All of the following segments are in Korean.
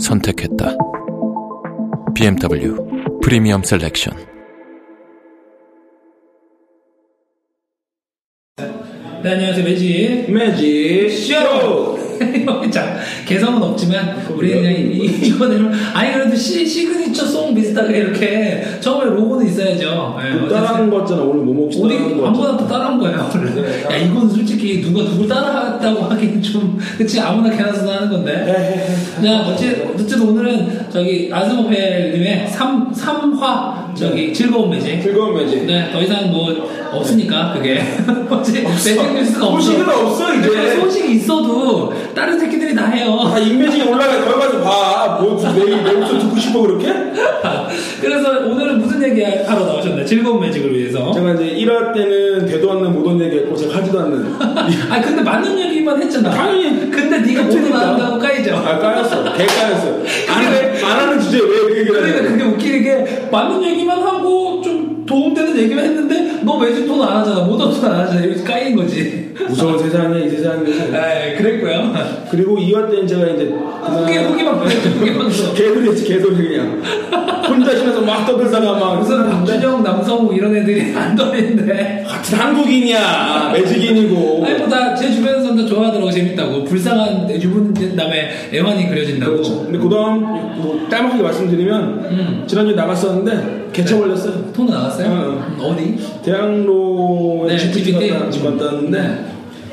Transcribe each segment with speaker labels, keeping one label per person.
Speaker 1: 선택했다. BMW 프리미엄 셀렉션.
Speaker 2: 네, 안녕하세요. 매직.
Speaker 3: 매직 쇼!
Speaker 2: 어, 자, 개성은 없지만, 우리
Speaker 3: 어,
Speaker 2: 그냥
Speaker 3: 뭐.
Speaker 2: 이- 이번에는, 아니, 그래도 시, 시그니처 송 비슷하게 이렇게, 처음에 로고는 있어야죠. 예,
Speaker 3: 못
Speaker 2: 어쨌든
Speaker 3: 따라한 거잖아 오늘 뭐 먹지
Speaker 2: 우리
Speaker 3: 따라한
Speaker 2: 아무나
Speaker 3: 거잖아
Speaker 2: 다 따라한 거예요.
Speaker 3: 네,
Speaker 2: 야,
Speaker 3: 따라-
Speaker 2: 이건 솔직히 누가 누굴 따라갔다고 하긴 좀, 그치? 아무나 개나서도 하는
Speaker 3: 네,
Speaker 2: 건데. 자, 어쨌든, 어쨌든 오늘은 저기, 아즈모펠님의 삼삼화 저기, 즐거운 매직.
Speaker 3: 즐거운 매직
Speaker 2: 네, 더 이상 뭐 없으니까 그게 어제 매직 뉴스가 없어.
Speaker 3: 소식은 없어, 이제.
Speaker 2: 네, 소식이 있어도 다른 새끼들이 다 해요.
Speaker 3: 아 인매직이 올라가 거기 가서 봐뭐 내일 내 목소리 듣고 싶어 그렇게?
Speaker 2: 그래서 오늘은 무슨 얘기 하러 나오셨나요? 즐거운 매직을 위해서.
Speaker 3: 제가 이제 1화 때는 되도 않는 못온 얘기 했고 제가 하지도 않는
Speaker 2: 아 근데 맞는 얘기만 했잖아.
Speaker 3: 당연히
Speaker 2: 근데 네가 모두
Speaker 3: 팩트니까.
Speaker 2: 나온다고 까이죠.
Speaker 3: 아 까였어 대까였어 안,
Speaker 2: 근데-
Speaker 3: 안 하는 주제에 왜그 얘기를
Speaker 2: 그러니까
Speaker 3: 하냐
Speaker 2: 그게 웃기는 게 맞는 얘기만 하고 좀 도움되는 얘기만 했는데 너 매직 돈 안 하잖아. 모던 돈안 하잖아. 이렇게 까인 거지.
Speaker 3: 무서운 세상이야 이 세상이
Speaker 2: 에 그랬고요.
Speaker 3: 그리고 2화 때는 제가 이제
Speaker 2: 후기 후기만 보냈죠. 후기만 보
Speaker 3: 개소리였지 개소리 그냥 혼자 신나서 막 떠들다가 막
Speaker 2: 무슨 박준영, 남성우 이런 애들이 안 돌리는데.
Speaker 3: 같은 한국인이야 매직인이고
Speaker 2: 아니 뭐다제 주변 사람 다 좋아하더라고 재밌다고 불쌍한 유부남 다음에 애완이 그려진다고.
Speaker 3: 그렇죠. 근데 그 다음, 뭐, 짤막하게 말씀드리면,
Speaker 2: 음. 네.
Speaker 3: 지난주에 나갔었는데, 개차 걸렸어요.
Speaker 2: 톤 나왔어요?
Speaker 3: 응,
Speaker 2: 음, 어디?
Speaker 3: 대학로에
Speaker 2: 네,
Speaker 3: 집집
Speaker 2: GBT.
Speaker 3: 갔다, 집 갔다 왔는데,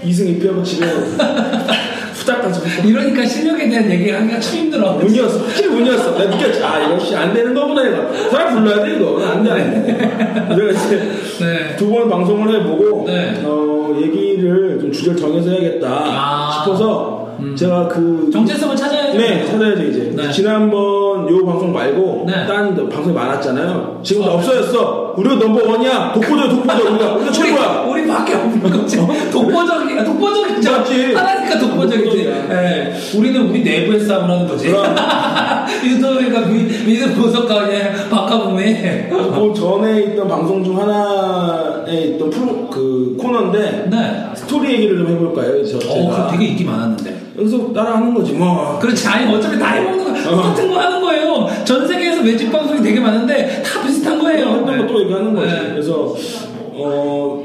Speaker 3: 이승 입혀고 집에 후딱 가지고.
Speaker 2: 이러니까 실력에 대한 얘기하기가 참 힘들어.
Speaker 3: 운이었어. 확실히 운이었어. 내가 느꼈지. 아, 역시 안 되는 거구나, 이거. 사람 불러야 돼, 이거. 안 돼, 안 돼. 그래가 이제
Speaker 2: 네.
Speaker 3: 두 번 방송을 해보고,
Speaker 2: 네.
Speaker 3: 어, 얘기를 좀 주제를 정해서 해야겠다
Speaker 2: 아. 음.
Speaker 3: 싶어서, 제가 그.
Speaker 2: 정체성을 찾아야죠.
Speaker 3: 네, 찾아야죠 이제.
Speaker 2: 네.
Speaker 3: 지난번 요 방송 말고
Speaker 2: 네.
Speaker 3: 딴 방송이 많았잖아요. 지금 다 없어졌어. 우리가 넘버 원이야. 독보적 독보적 우리가 우리가
Speaker 2: 우리,
Speaker 3: 최고야.
Speaker 2: 우리 밖에 없는 거지. 독보적이야. 독보적이죠.
Speaker 3: 맞지.
Speaker 2: 하나니까 독보적이지.
Speaker 3: 독보적이야.
Speaker 2: 예. 우리는 우리 내부의 싸움을 하는 거지.
Speaker 3: 그럼.
Speaker 2: 유도회가 미드 보석가에 바꿔보면.
Speaker 3: 그 전에 있던 방송 중 하나에 있던 프로 그 코너인데
Speaker 2: 네.
Speaker 3: 스토리 얘기를 좀 해볼까요? 저
Speaker 2: 어,
Speaker 3: 제가
Speaker 2: 그거 되게 인기 많았는데.
Speaker 3: 여기서 따라하는 거지 뭐.
Speaker 2: 그렇지 아니 어차피 다 해먹는 거
Speaker 3: 어.
Speaker 2: 똑같은 거 하는 거예요 전 세계에서 외집 방송이 되게 많은데 다 비슷한 거예요
Speaker 3: 했던 거또 어, 얘기하는 거지.
Speaker 2: 네.
Speaker 3: 그래서 어.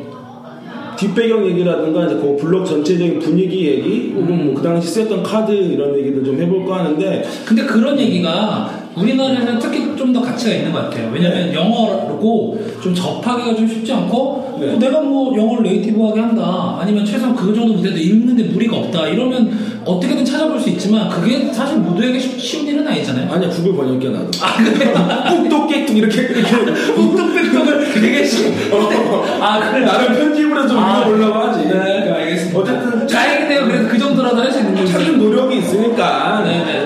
Speaker 3: 뒷배경 얘기라든가 이제 그 블록 전체적인 분위기 얘기 혹은 뭐그 당시 쓰였던 카드 이런 얘기도 좀 해볼까 하는데
Speaker 2: 근데 그런 얘기가 우리나라에는 특히 좀 더 가치가 있는 것 같아요 왜냐면
Speaker 3: 네.
Speaker 2: 영어고 좀 접하기가 좀 쉽지 않고
Speaker 3: 네.
Speaker 2: 어, 내가 뭐 영어를 네이티브하게 한다 아니면 최소한 그 정도 문제도 읽는데 무리가 없다 이러면 어떻게든 찾아볼 수 있지만 그게 사실 모두에게 쉽- 쉬운 일은 아니잖아요
Speaker 3: 아니야 구글 번역기야 나도
Speaker 2: 아 그래요?
Speaker 3: 뚝뚝깨뚝 이렇게 이렇게
Speaker 2: 뚱뚱뚱뚱을 되게 쉬운 아 그래
Speaker 3: 나는 편집으로 좀
Speaker 2: 아,
Speaker 3: 밀어보려고 하지
Speaker 2: 네, 알겠습니다.
Speaker 3: 어쨌든
Speaker 2: 다행이네요 그래도 그 정도라도 할 수 있는 거지
Speaker 3: 찾는 노력이 있으니까
Speaker 2: 네네.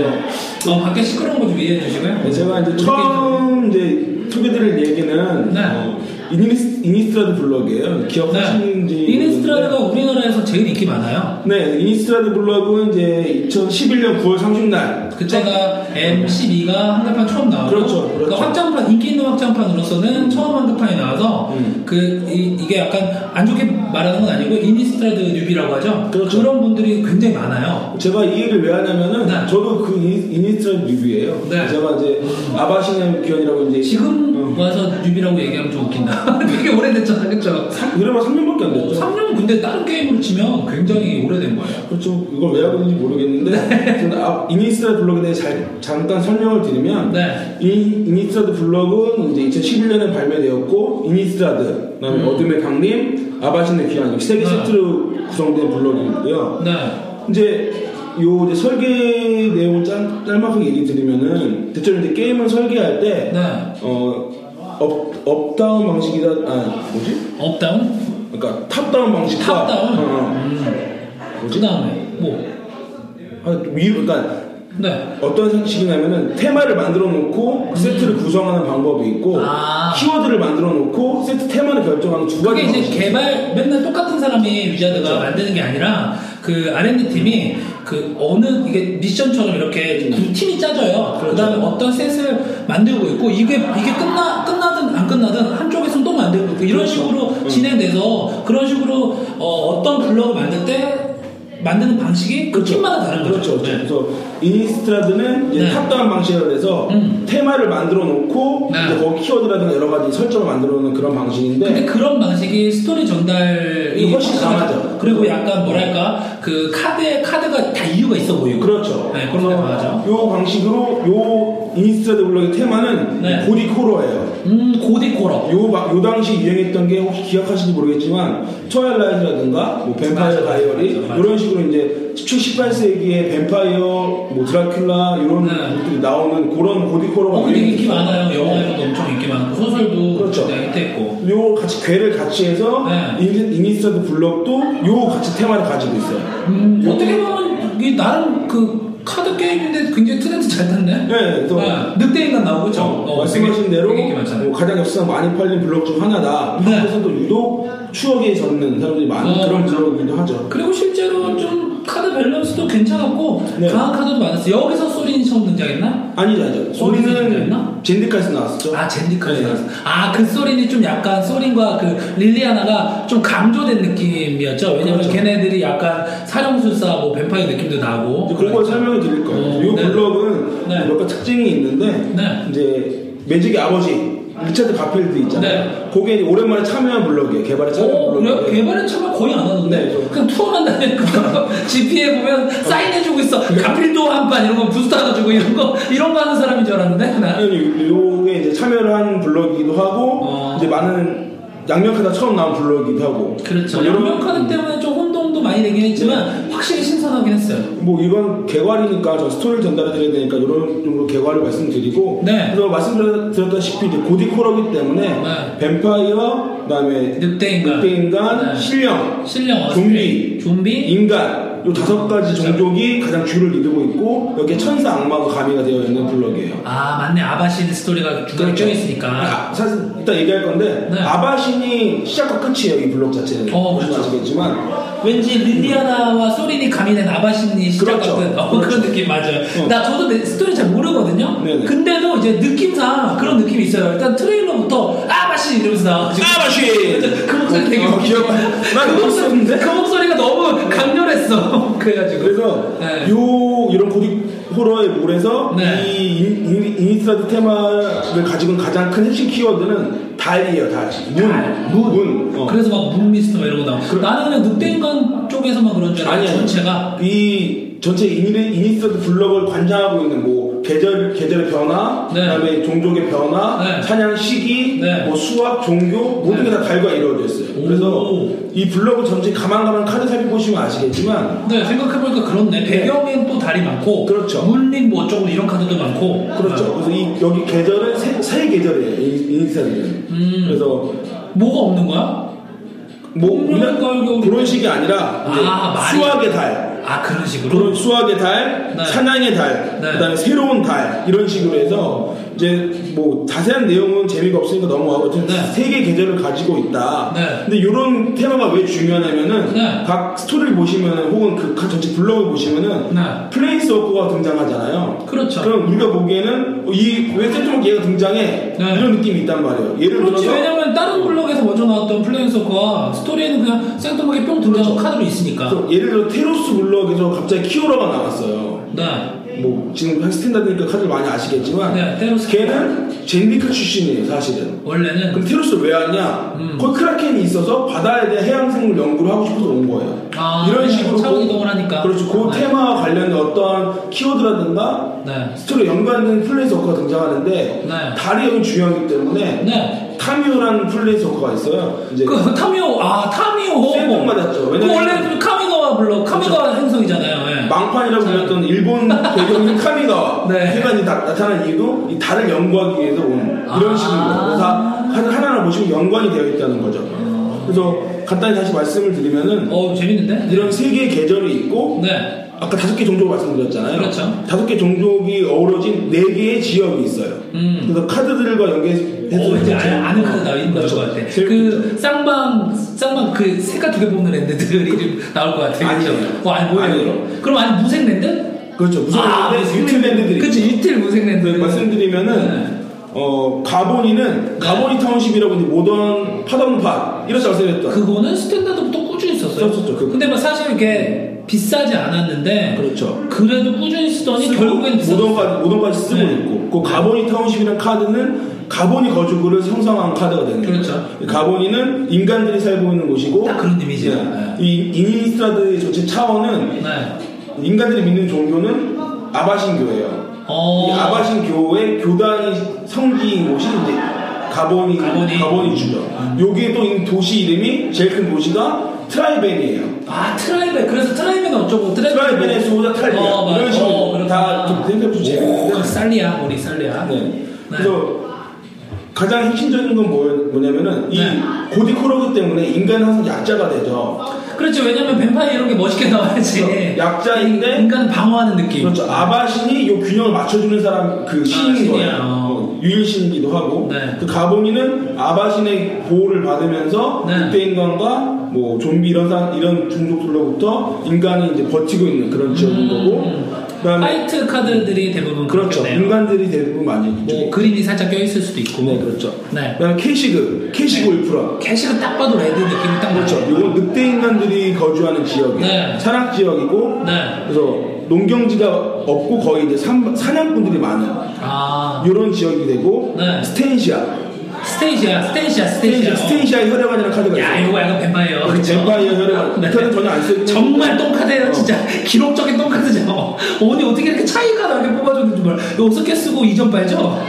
Speaker 2: 어, 밖에 시끄러운 거 좀 이해해 주시고요.
Speaker 3: 그래서 네, 제가 이제 처음 이제 소개드릴 얘기는
Speaker 2: 네.
Speaker 3: 어, 이니스, 이니스트라드 블럭이에요 기억하시는지
Speaker 2: 네. 이니스트라드가
Speaker 3: 모르겠는데.
Speaker 2: 우리나라에서 제일 인기 많아요.
Speaker 3: 네 이니스트라드 블럭은 이제 2011년 9월 30날
Speaker 2: 그때가 M12가 한글판 처음 나왔고
Speaker 3: 그렇죠, 그렇죠.
Speaker 2: 그러니까 확장판 인기 있는 확장판으로서는 처음 한글판이 나와서
Speaker 3: 음.
Speaker 2: 그 이, 게 약간 안 좋게 말하는 건 아니고 이니스트라드 뉴비라고 하죠.
Speaker 3: 그렇죠.
Speaker 2: 런 분들이 굉장히 많아요.
Speaker 3: 제가 이 얘기를 왜 하냐면은
Speaker 2: 네.
Speaker 3: 저도 그 이니- 이니스트라드 뮤비예요
Speaker 2: 네.
Speaker 3: 제가 이제 아바시네 기원이라고 이제 음.
Speaker 2: 지금 와서 뉴비라고 얘기하면 좀 웃긴다. 되게 오래됐잖아, 그렇죠?
Speaker 3: 그래봐 3년밖에 안 됐죠
Speaker 2: 3년 근데 다른 게임으로 치면 굉장히 오래된 거예요.
Speaker 3: 그렇죠. 이걸 왜 하고 있는지 모르겠는데 저는 앞- 이니스트라드 블록에 대해 잘- 잠깐 설명을 드리면
Speaker 2: 네.
Speaker 3: 이 이니스트라드 블록은 이제 2011년에 발매되었고 이니스트라드, 그다음에 어둠의 강림, 아바신의 귀환 세개
Speaker 2: 네.
Speaker 3: 세트로 구성된 블록이고요.
Speaker 2: 네.
Speaker 3: 이제 요 이제 설계 내용 짤, 짤막하게 얘기 드리면은 대체로 이제 게임을 설계할 때
Speaker 2: 네.
Speaker 3: 어, 업, 업다운 방식이다 아 뭐지?
Speaker 2: 업다운?
Speaker 3: 그러니까 탑다운 방식과
Speaker 2: 탑다운?
Speaker 3: 어, 어.
Speaker 2: 음. 그 다음에 뭐
Speaker 3: 아, 위로, 그러니까
Speaker 2: 네.
Speaker 3: 어떤 상식이냐면은 테마를 만들어 놓고 그 세트를 구성하는 방법이 있고
Speaker 2: 음. 아.
Speaker 3: 키워드를 만들어 놓고 세트 테마를 결정하는 두
Speaker 2: 그게
Speaker 3: 가지
Speaker 2: 이제
Speaker 3: 방식이 있어요.
Speaker 2: 개발 맨날 똑같은 사람이 위자드가
Speaker 3: 그렇죠.
Speaker 2: 만드는 게 아니라 그 R&D 팀이 그 어느 이게 미션처럼 이렇게 두 팀이 짜져요.
Speaker 3: 그렇죠.
Speaker 2: 그 다음에 어떤 셋을 만들고 있고 이게 이게 끝나 끝나든 안 끝나든 한쪽에서는 또 만들고 있고
Speaker 3: 그렇죠.
Speaker 2: 이런
Speaker 3: 음.
Speaker 2: 식으로 진행돼서 그런 식으로 어, 떤 블럭을 만들 때 만드는 방식이 그 팀마다 다른 거죠.
Speaker 3: 그렇죠.
Speaker 2: 네.
Speaker 3: 그래서 이니스트라드는 이제
Speaker 2: 네.
Speaker 3: 탑다운 방식이라고 해서
Speaker 2: 음.
Speaker 3: 테마를 만들어 놓고
Speaker 2: 네.
Speaker 3: 이제 거기 키워드라든가 여러 가지 설정을 만들어 놓는 그런 방식인데
Speaker 2: 근데 그런 방식이 스토리 전달이
Speaker 3: 이게 훨씬 강하죠.
Speaker 2: 그리고 약간 뭐랄까 그 카드에 카드가 다 이유가 있어 보이고.
Speaker 3: 그렇죠.
Speaker 2: 네, 그런 거 맞아.
Speaker 3: 요 방식으로 요 이니스트라드 블록의 테마는
Speaker 2: 네.
Speaker 3: 고딕 호러예요.
Speaker 2: 음 고딕 코러.
Speaker 3: 요, 마- 요 당시 유행했던 게 혹시 기억하시는지 모르겠지만 트와일라이트라든가 뭐 뱀파이어
Speaker 2: 맞아,
Speaker 3: 다이어리
Speaker 2: 맞아, 맞아.
Speaker 3: 이런 식으로 이제 17, 18세기에 뱀파이어, 뭐 드라큘라 이런
Speaker 2: 네.
Speaker 3: 것들이 나오는 그런 고디코로가
Speaker 2: 어, 근데 인기 많아요. 영화에서도 엄청 인기 많고 소설도
Speaker 3: 그렇죠.
Speaker 2: 네, 히트했고.
Speaker 3: 요 같이 괴를 같이 해서
Speaker 2: 네.
Speaker 3: 이니- 이니스터드 블럭도 요 같이 테마를 가지고 있어요.
Speaker 2: 음, 어떻게 보면 이 나름 그 카드 게임인데 굉장히 트렌드 잘 탔네.
Speaker 3: 네, 또
Speaker 2: 네, 늑대 인간 나오고 그죠? 어,
Speaker 3: 말씀하신
Speaker 2: 되게-
Speaker 3: 대로
Speaker 2: 되게 인기 많잖아요.
Speaker 3: 뭐 가장 역사상 많이 팔린 블록 중 하나다.
Speaker 2: 네.
Speaker 3: 한국에서도 유독 추억에 젖는 사람들이 많은
Speaker 2: 어.
Speaker 3: 그런 블록이기도 하죠.
Speaker 2: 그리고 실제로 좀 카드 밸런스도 괜찮았고
Speaker 3: 네.
Speaker 2: 강한 카드도 많았어요. 여기서 소린 처음 등장했나?
Speaker 3: 아니죠, 아니죠.
Speaker 2: 어디서
Speaker 3: 소리는
Speaker 2: 있나?
Speaker 3: 젠디까지 나왔었죠.
Speaker 2: 아 젠디까지
Speaker 3: 네.
Speaker 2: 나왔어. 아그 소린이 좀 약간 소린과 그 릴리아나가 좀 강조된 느낌이었죠. 왜냐면
Speaker 3: 그렇죠.
Speaker 2: 걔네들이 약간 사령술사 뭐 뱀파이어 느낌도 나고.
Speaker 3: 이제 그런 걸 설명을 드릴 거예요.
Speaker 2: 어,
Speaker 3: 이
Speaker 2: 네.
Speaker 3: 블럭은
Speaker 2: 네.
Speaker 3: 몇 가지 특징이 있는데
Speaker 2: 네.
Speaker 3: 이제 매직의 아버지 리차드 가필드 있잖아요. 그게 이제 오랜만에 참여한 블럭이에요. 개발에 참여한
Speaker 2: 네. 어, 그래요?
Speaker 3: 블럭인데
Speaker 2: 개발은 정말 거의 안 하는데
Speaker 3: 네, 좀.
Speaker 2: 그냥 투어만 다니는 거 GP에 보면 사인해주고 있어 가필도 한 판 이런 거 부스터 하나 주고 이런 거 이런 거 하는 사람인 줄 알았는데 나
Speaker 3: 당연히 요게 이제 참여를 한 블럭이기도 하고
Speaker 2: 어.
Speaker 3: 이제 많은 양면카드 처음 나온 블럭이기도 하고
Speaker 2: 그렇죠
Speaker 3: 뭐 이런- 네.
Speaker 2: 연명카드 때문에 좀 혼동도 많이 되긴 했지만 확실히 신선하긴 했어요
Speaker 3: 뭐 이건 개괄이니까 저 스토리를 전달해드려야 되니까 이런 정도 개괄을 말씀드리고
Speaker 2: 네.
Speaker 3: 그래서 말씀드렸다시피 이제 고디코러기 때문에
Speaker 2: 네.
Speaker 3: 뱀파이어 그다음에
Speaker 2: 늑대인간
Speaker 3: 늑대인간
Speaker 2: 네.
Speaker 3: 신령
Speaker 2: 신령
Speaker 3: 좀비.
Speaker 2: 좀비 그렇죠.
Speaker 3: 인간 요 다섯 가지 종족이 가장 주를 이루고 있고 여기에 천사 악마가 가미가 되어 있는 블럭이에요.
Speaker 2: 아 맞네 아바신 스토리가 중간에 껴 있으니까
Speaker 3: 아, 사실 일단 얘기할 건데
Speaker 2: 네.
Speaker 3: 아바신이 시작과 끝이에요 이 블록 자체는
Speaker 2: 어, 그렇죠.
Speaker 3: 아시겠지만
Speaker 2: 왠지 릴리아나와 소린이 가미된 아바신이 시작
Speaker 3: 그렇죠.
Speaker 2: 같은 어, 그런 느낌 맞아요.
Speaker 3: 어.
Speaker 2: 나 저도 내 스토리 잘 모르거든요.
Speaker 3: 네네.
Speaker 2: 근데도 이제 느낌상 그런 느낌이 있어요. 일단 트레일러부터 아바신 이러면서 나와가지고
Speaker 3: 아바신!
Speaker 2: 그 목소리 되게
Speaker 3: 어,
Speaker 2: 웃기지.
Speaker 3: 귀여워. 난
Speaker 2: 그 목소리
Speaker 3: 웃었는데?
Speaker 2: 그 목소리가 너무 강렬했어. 그래가지고
Speaker 3: 그래서
Speaker 2: 네.
Speaker 3: 요 이런 고딕 호러의 몰에서
Speaker 2: 네.
Speaker 3: 이 인- 인- 이니스트라드 테마를 가지고 있는 가장 큰 핵심 키워드는 달이에요 달. 문.
Speaker 2: 달,
Speaker 3: 문. 어.
Speaker 2: 그래서 막 문미스터 막 이런 거 나오고 나는 그냥 늑대인간 쪽에서만 그런 줄 알았는데 전체가
Speaker 3: 이 전체 이니- 이니스트드 블럭을 관장하고 있는 뭐 계절 계절의 변화,
Speaker 2: 네.
Speaker 3: 그다음에 종족의 변화,
Speaker 2: 네.
Speaker 3: 사냥 시기,
Speaker 2: 네.
Speaker 3: 뭐 수학, 종교 모든
Speaker 2: 네.
Speaker 3: 게 다 달과 이루어져 있어요. 그래서
Speaker 2: 오.
Speaker 3: 이 블럭을 전체 가만가만 카드 살펴보시면 아시겠지만
Speaker 2: 네 생각해보니까 그렇네 배경엔 또 달이 많고
Speaker 3: 그렇죠.
Speaker 2: 물린 뭐 어쩌고 이런 카드도 많고
Speaker 3: 그렇죠. 그래서 이 여기 계절은 세, 세 계절이에요. 이- 이니스트드는.
Speaker 2: 음.
Speaker 3: 그래서
Speaker 2: 뭐가 없는 거야?
Speaker 3: 뭐
Speaker 2: 음,
Speaker 3: 우리나-
Speaker 2: 그걸-
Speaker 3: 그런 식이 아니라 이제
Speaker 2: 아, 많이.
Speaker 3: 수학의 달.
Speaker 2: 아 그런 식으로?
Speaker 3: 그런 수학의 달,
Speaker 2: 네.
Speaker 3: 사냥의 달,
Speaker 2: 네.
Speaker 3: 그다음에 새로운 달 이런 식으로 해서 이제 뭐 자세한 내용은 재미가 없으니까 넘어가고 어쨌든
Speaker 2: 네.
Speaker 3: 세개 계절을 가지고 있다.
Speaker 2: 네.
Speaker 3: 근데 이런 테마가 왜 중요하냐면은
Speaker 2: 네.
Speaker 3: 각 스토리를 보시면 혹은 그 각 전체 블록을 보시면은
Speaker 2: 네.
Speaker 3: 플레이스 워커가 등장하잖아요.
Speaker 2: 그렇죠.
Speaker 3: 그럼 우리가 보기에는 어, 이왜 세종 얘가 등장해
Speaker 2: 네.
Speaker 3: 이런 느낌이 있단 말이에요. 예를
Speaker 2: 그렇지
Speaker 3: 들어서 어.
Speaker 2: 왜냐면 다른 블록에서 먼저 나왔던 플레이서가 스토리에는 그냥 생뚱하게 뿅 등장하고 카드로 있으니까
Speaker 3: 그렇죠. 그래서 예를 들어 테로스 블록에서 갑자기 키오라가 나왔어요.
Speaker 2: 네
Speaker 3: 뭐 지금 한 스탠다드니까 카드를 많이 아시겠지만
Speaker 2: 네, 테로스.
Speaker 3: 걔는 젠디크 출신이에요 사실은. 그럼
Speaker 2: 원래는
Speaker 3: 테로스 왜 왔냐?
Speaker 2: 네. 음.
Speaker 3: 거기 크라켄이 있어서 바다에 대한 해양 생물 연구를 하고 싶어서 온 거예요.
Speaker 2: 아,
Speaker 3: 이런
Speaker 2: 네,
Speaker 3: 식으로
Speaker 2: 차원
Speaker 3: 그-
Speaker 2: 이동을 하니까.
Speaker 3: 그렇죠. 그
Speaker 2: 네.
Speaker 3: 테마와 관련된 어떤 키워드라든가
Speaker 2: 네.
Speaker 3: 스토리 연관된 플레이서커가 등장하는데
Speaker 2: 네.
Speaker 3: 달이 여기 중요하기 때문에
Speaker 2: 네.
Speaker 3: 타미오라는 플레이서커가 있어요. 이제
Speaker 2: 그 타미오 아 타미오
Speaker 3: 세번 맞았죠.
Speaker 2: 그
Speaker 3: 어, 왜냐면- 그렇죠.
Speaker 2: 원래 그 카미가와 블록 카미가와 행성이잖아요 예.
Speaker 3: 망판이라고 불렸던 일본 배경인 카미가와
Speaker 2: 네.
Speaker 3: 해관이 나- 나타난 이유도 이 달을 연구하기 위해서 온
Speaker 2: 아.
Speaker 3: 이런 식으로 그래서 하나- 하나하나 보시면 연관이 되어 있다는 거죠. 그래서 간단히 다시 말씀을 드리면은
Speaker 2: 아. 어 재밌는데
Speaker 3: 이런 세 개의 계절이 있고
Speaker 2: 네
Speaker 3: 아까 다섯 개 종족 말씀드렸잖아요.
Speaker 2: 그렇죠.
Speaker 3: 다섯 개 종족이 어우러진 네 개의 지역이 있어요.
Speaker 2: 음.
Speaker 3: 그래서 카드들과 연계해서
Speaker 2: 어, 이제 아, 아는 카드 나올
Speaker 3: 그렇죠.
Speaker 2: 것 같아.
Speaker 3: 재밌겠죠.
Speaker 2: 그 쌍방 쌍방 그 색깔 두 개 뽑는 랜드들 이름 나올 것 같아.
Speaker 3: 아니에요.
Speaker 2: 어, 아니 뭐예요?
Speaker 3: 아니에요.
Speaker 2: 그럼? 그럼 아니 무색 랜드?
Speaker 3: 그렇죠. 무슨 랜드들이 유틸 랜드들이
Speaker 2: 아, 네, 그치 이틀 무색 랜드.
Speaker 3: 있어요. 말씀드리면은
Speaker 2: 네.
Speaker 3: 어 가보니는 가보니 타운십이라고 이제 모던 파동파 이렇게 말씀드렸죠.
Speaker 2: 그거는 스탠다드부터 꾸준히 썼어요.
Speaker 3: 썼었죠, 그거. 음.
Speaker 2: 근데 막 사실 이렇게 비싸지 않았는데
Speaker 3: 그렇죠.
Speaker 2: 그래도 꾸준히 쓰더니 결국엔 비싸.
Speaker 3: 모던까지 모던까지 쓰고
Speaker 2: 네.
Speaker 3: 있고 그 가보니 타운십이라는 카드는 가보니 거주구를 형성한 카드가 되는 거예요.
Speaker 2: 그렇죠.
Speaker 3: 가보니는 인간들이 살고 있는 곳이고
Speaker 2: 딱 그런 이미지예요.
Speaker 3: 네. 이 이니스트라드의 전체 차원은
Speaker 2: 네.
Speaker 3: 인간들이 믿는 종교는 아바신교예요.
Speaker 2: 어.
Speaker 3: 이 아바신 교의 교단이 성지인 곳이 이제 가보니
Speaker 2: 가보니.
Speaker 3: 주죠. 여기에 또 이 도시 이름이 제일 큰 도시가 트라이벤이에요.
Speaker 2: 아 트라이베 그래서 트라이베는 어쩌고 트라이베
Speaker 3: 트라이벤의 수호자 트라이벤
Speaker 2: 어, 맞아.
Speaker 3: 이런 식으로
Speaker 2: 어, 그렇구나.
Speaker 3: 다좀 생각해보시면
Speaker 2: 오, 그
Speaker 3: 재밌는데
Speaker 2: 살리야 우리 살리야.
Speaker 3: 네. 그래서 가장 핵심적인 건 뭐- 뭐냐면은 이
Speaker 2: 네.
Speaker 3: 고딕 호러그 때문에 인간은 항상 약자가 되죠.
Speaker 2: 그렇지 왜냐면 뱀파이어 이런 게 멋있게 나와야지
Speaker 3: 약자인데
Speaker 2: 네. 인간 방어하는 느낌
Speaker 3: 그렇죠. 아바신이 이 균형을 맞춰주는 사람 그 신인
Speaker 2: 아, 신이야.
Speaker 3: 거예요.
Speaker 2: 어.
Speaker 3: 유일신이기도 하고.
Speaker 2: 네.
Speaker 3: 그 가봉이는 아바신의 보호를 받으면서
Speaker 2: 네.
Speaker 3: 그때 인간과 뭐 좀비 이런 사, 이런 종족들로부터 인간이 이제 버티고 있는 그런 지역인 거고. 그다음에
Speaker 2: 화이트 카드들이 대부분
Speaker 3: 그렇죠.
Speaker 2: 음. 그렇겠네요.
Speaker 3: 인간들이 대부분 많이
Speaker 2: 뭐
Speaker 3: 이쪽에.
Speaker 2: 그림이 살짝 껴있을 수도 있고
Speaker 3: 네, 그렇죠.
Speaker 2: 네.
Speaker 3: 그다음에 캐시그, 캐시그 울프라.
Speaker 2: 캐시가 딱 봐도 레드 느낌이 딱
Speaker 3: 그렇죠.
Speaker 2: 나죠.
Speaker 3: 이건 늑대 인간들이 거주하는 지역이에요.
Speaker 2: 네.
Speaker 3: 산악 지역이고.
Speaker 2: 네.
Speaker 3: 그래서 농경지가 없고 거의 이제 산, 사냥꾼들이 많은.
Speaker 2: 아
Speaker 3: 이런 지역이 되고
Speaker 2: 네.
Speaker 3: 스테이시아
Speaker 2: 스테이지야 스테이지야 스테이지야
Speaker 3: 스테이시아 스테이시아의 혈액관이라는 카드가
Speaker 2: 야
Speaker 3: 있어요.
Speaker 2: 이거 약간 뱀파이어
Speaker 3: 그
Speaker 2: 그쵸?
Speaker 3: 뱀파이어 혈액관
Speaker 2: 네.
Speaker 3: 이카는 전혀 안 쓰고 어.
Speaker 2: 정말 똥카드예요 진짜 기록적인 똥카드죠 오늘 어떻게 이렇게 차이가 나게 뽑아줬는지 몰라 이거 어떻게 쓰고 이전 발죠?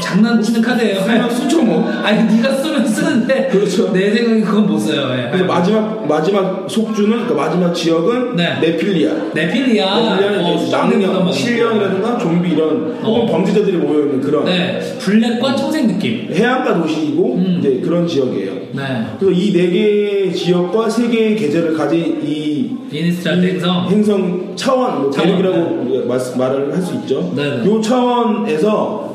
Speaker 2: 장난치는 카드예요
Speaker 3: 쓰면 수초 뭐.
Speaker 2: 아니 네가 쓰면 쓰는데
Speaker 3: 그렇죠. 네.
Speaker 2: 내 생각에 그건 못 써요 예.
Speaker 3: 그래서 마지막 마지막 속주는 그 마지막 지역은
Speaker 2: 네.
Speaker 3: 네필리아.
Speaker 2: 네필리아
Speaker 3: 네필리아는
Speaker 2: 어,
Speaker 3: 이제
Speaker 2: 쌍둥이가
Speaker 3: 낭령,
Speaker 2: 막
Speaker 3: 실령이라든가 좀비 이런 혹은
Speaker 2: 어.
Speaker 3: 범죄자들이 모여 있는 그런
Speaker 2: 네 블랙과 청색 느낌
Speaker 3: 해안가 도시이고
Speaker 2: 음.
Speaker 3: 이제 그런 지역이에요.
Speaker 2: 네
Speaker 3: 그래서 이 네 개의 지역과 세 개의 계절을 가진 이 음.
Speaker 2: 이니스트랄 행성
Speaker 3: 행성 차원, 뭐
Speaker 2: 차원,
Speaker 3: 대륙이라고 우리가 말- 말을 할 수 있죠.
Speaker 2: 네, 네.
Speaker 3: 이 차원에서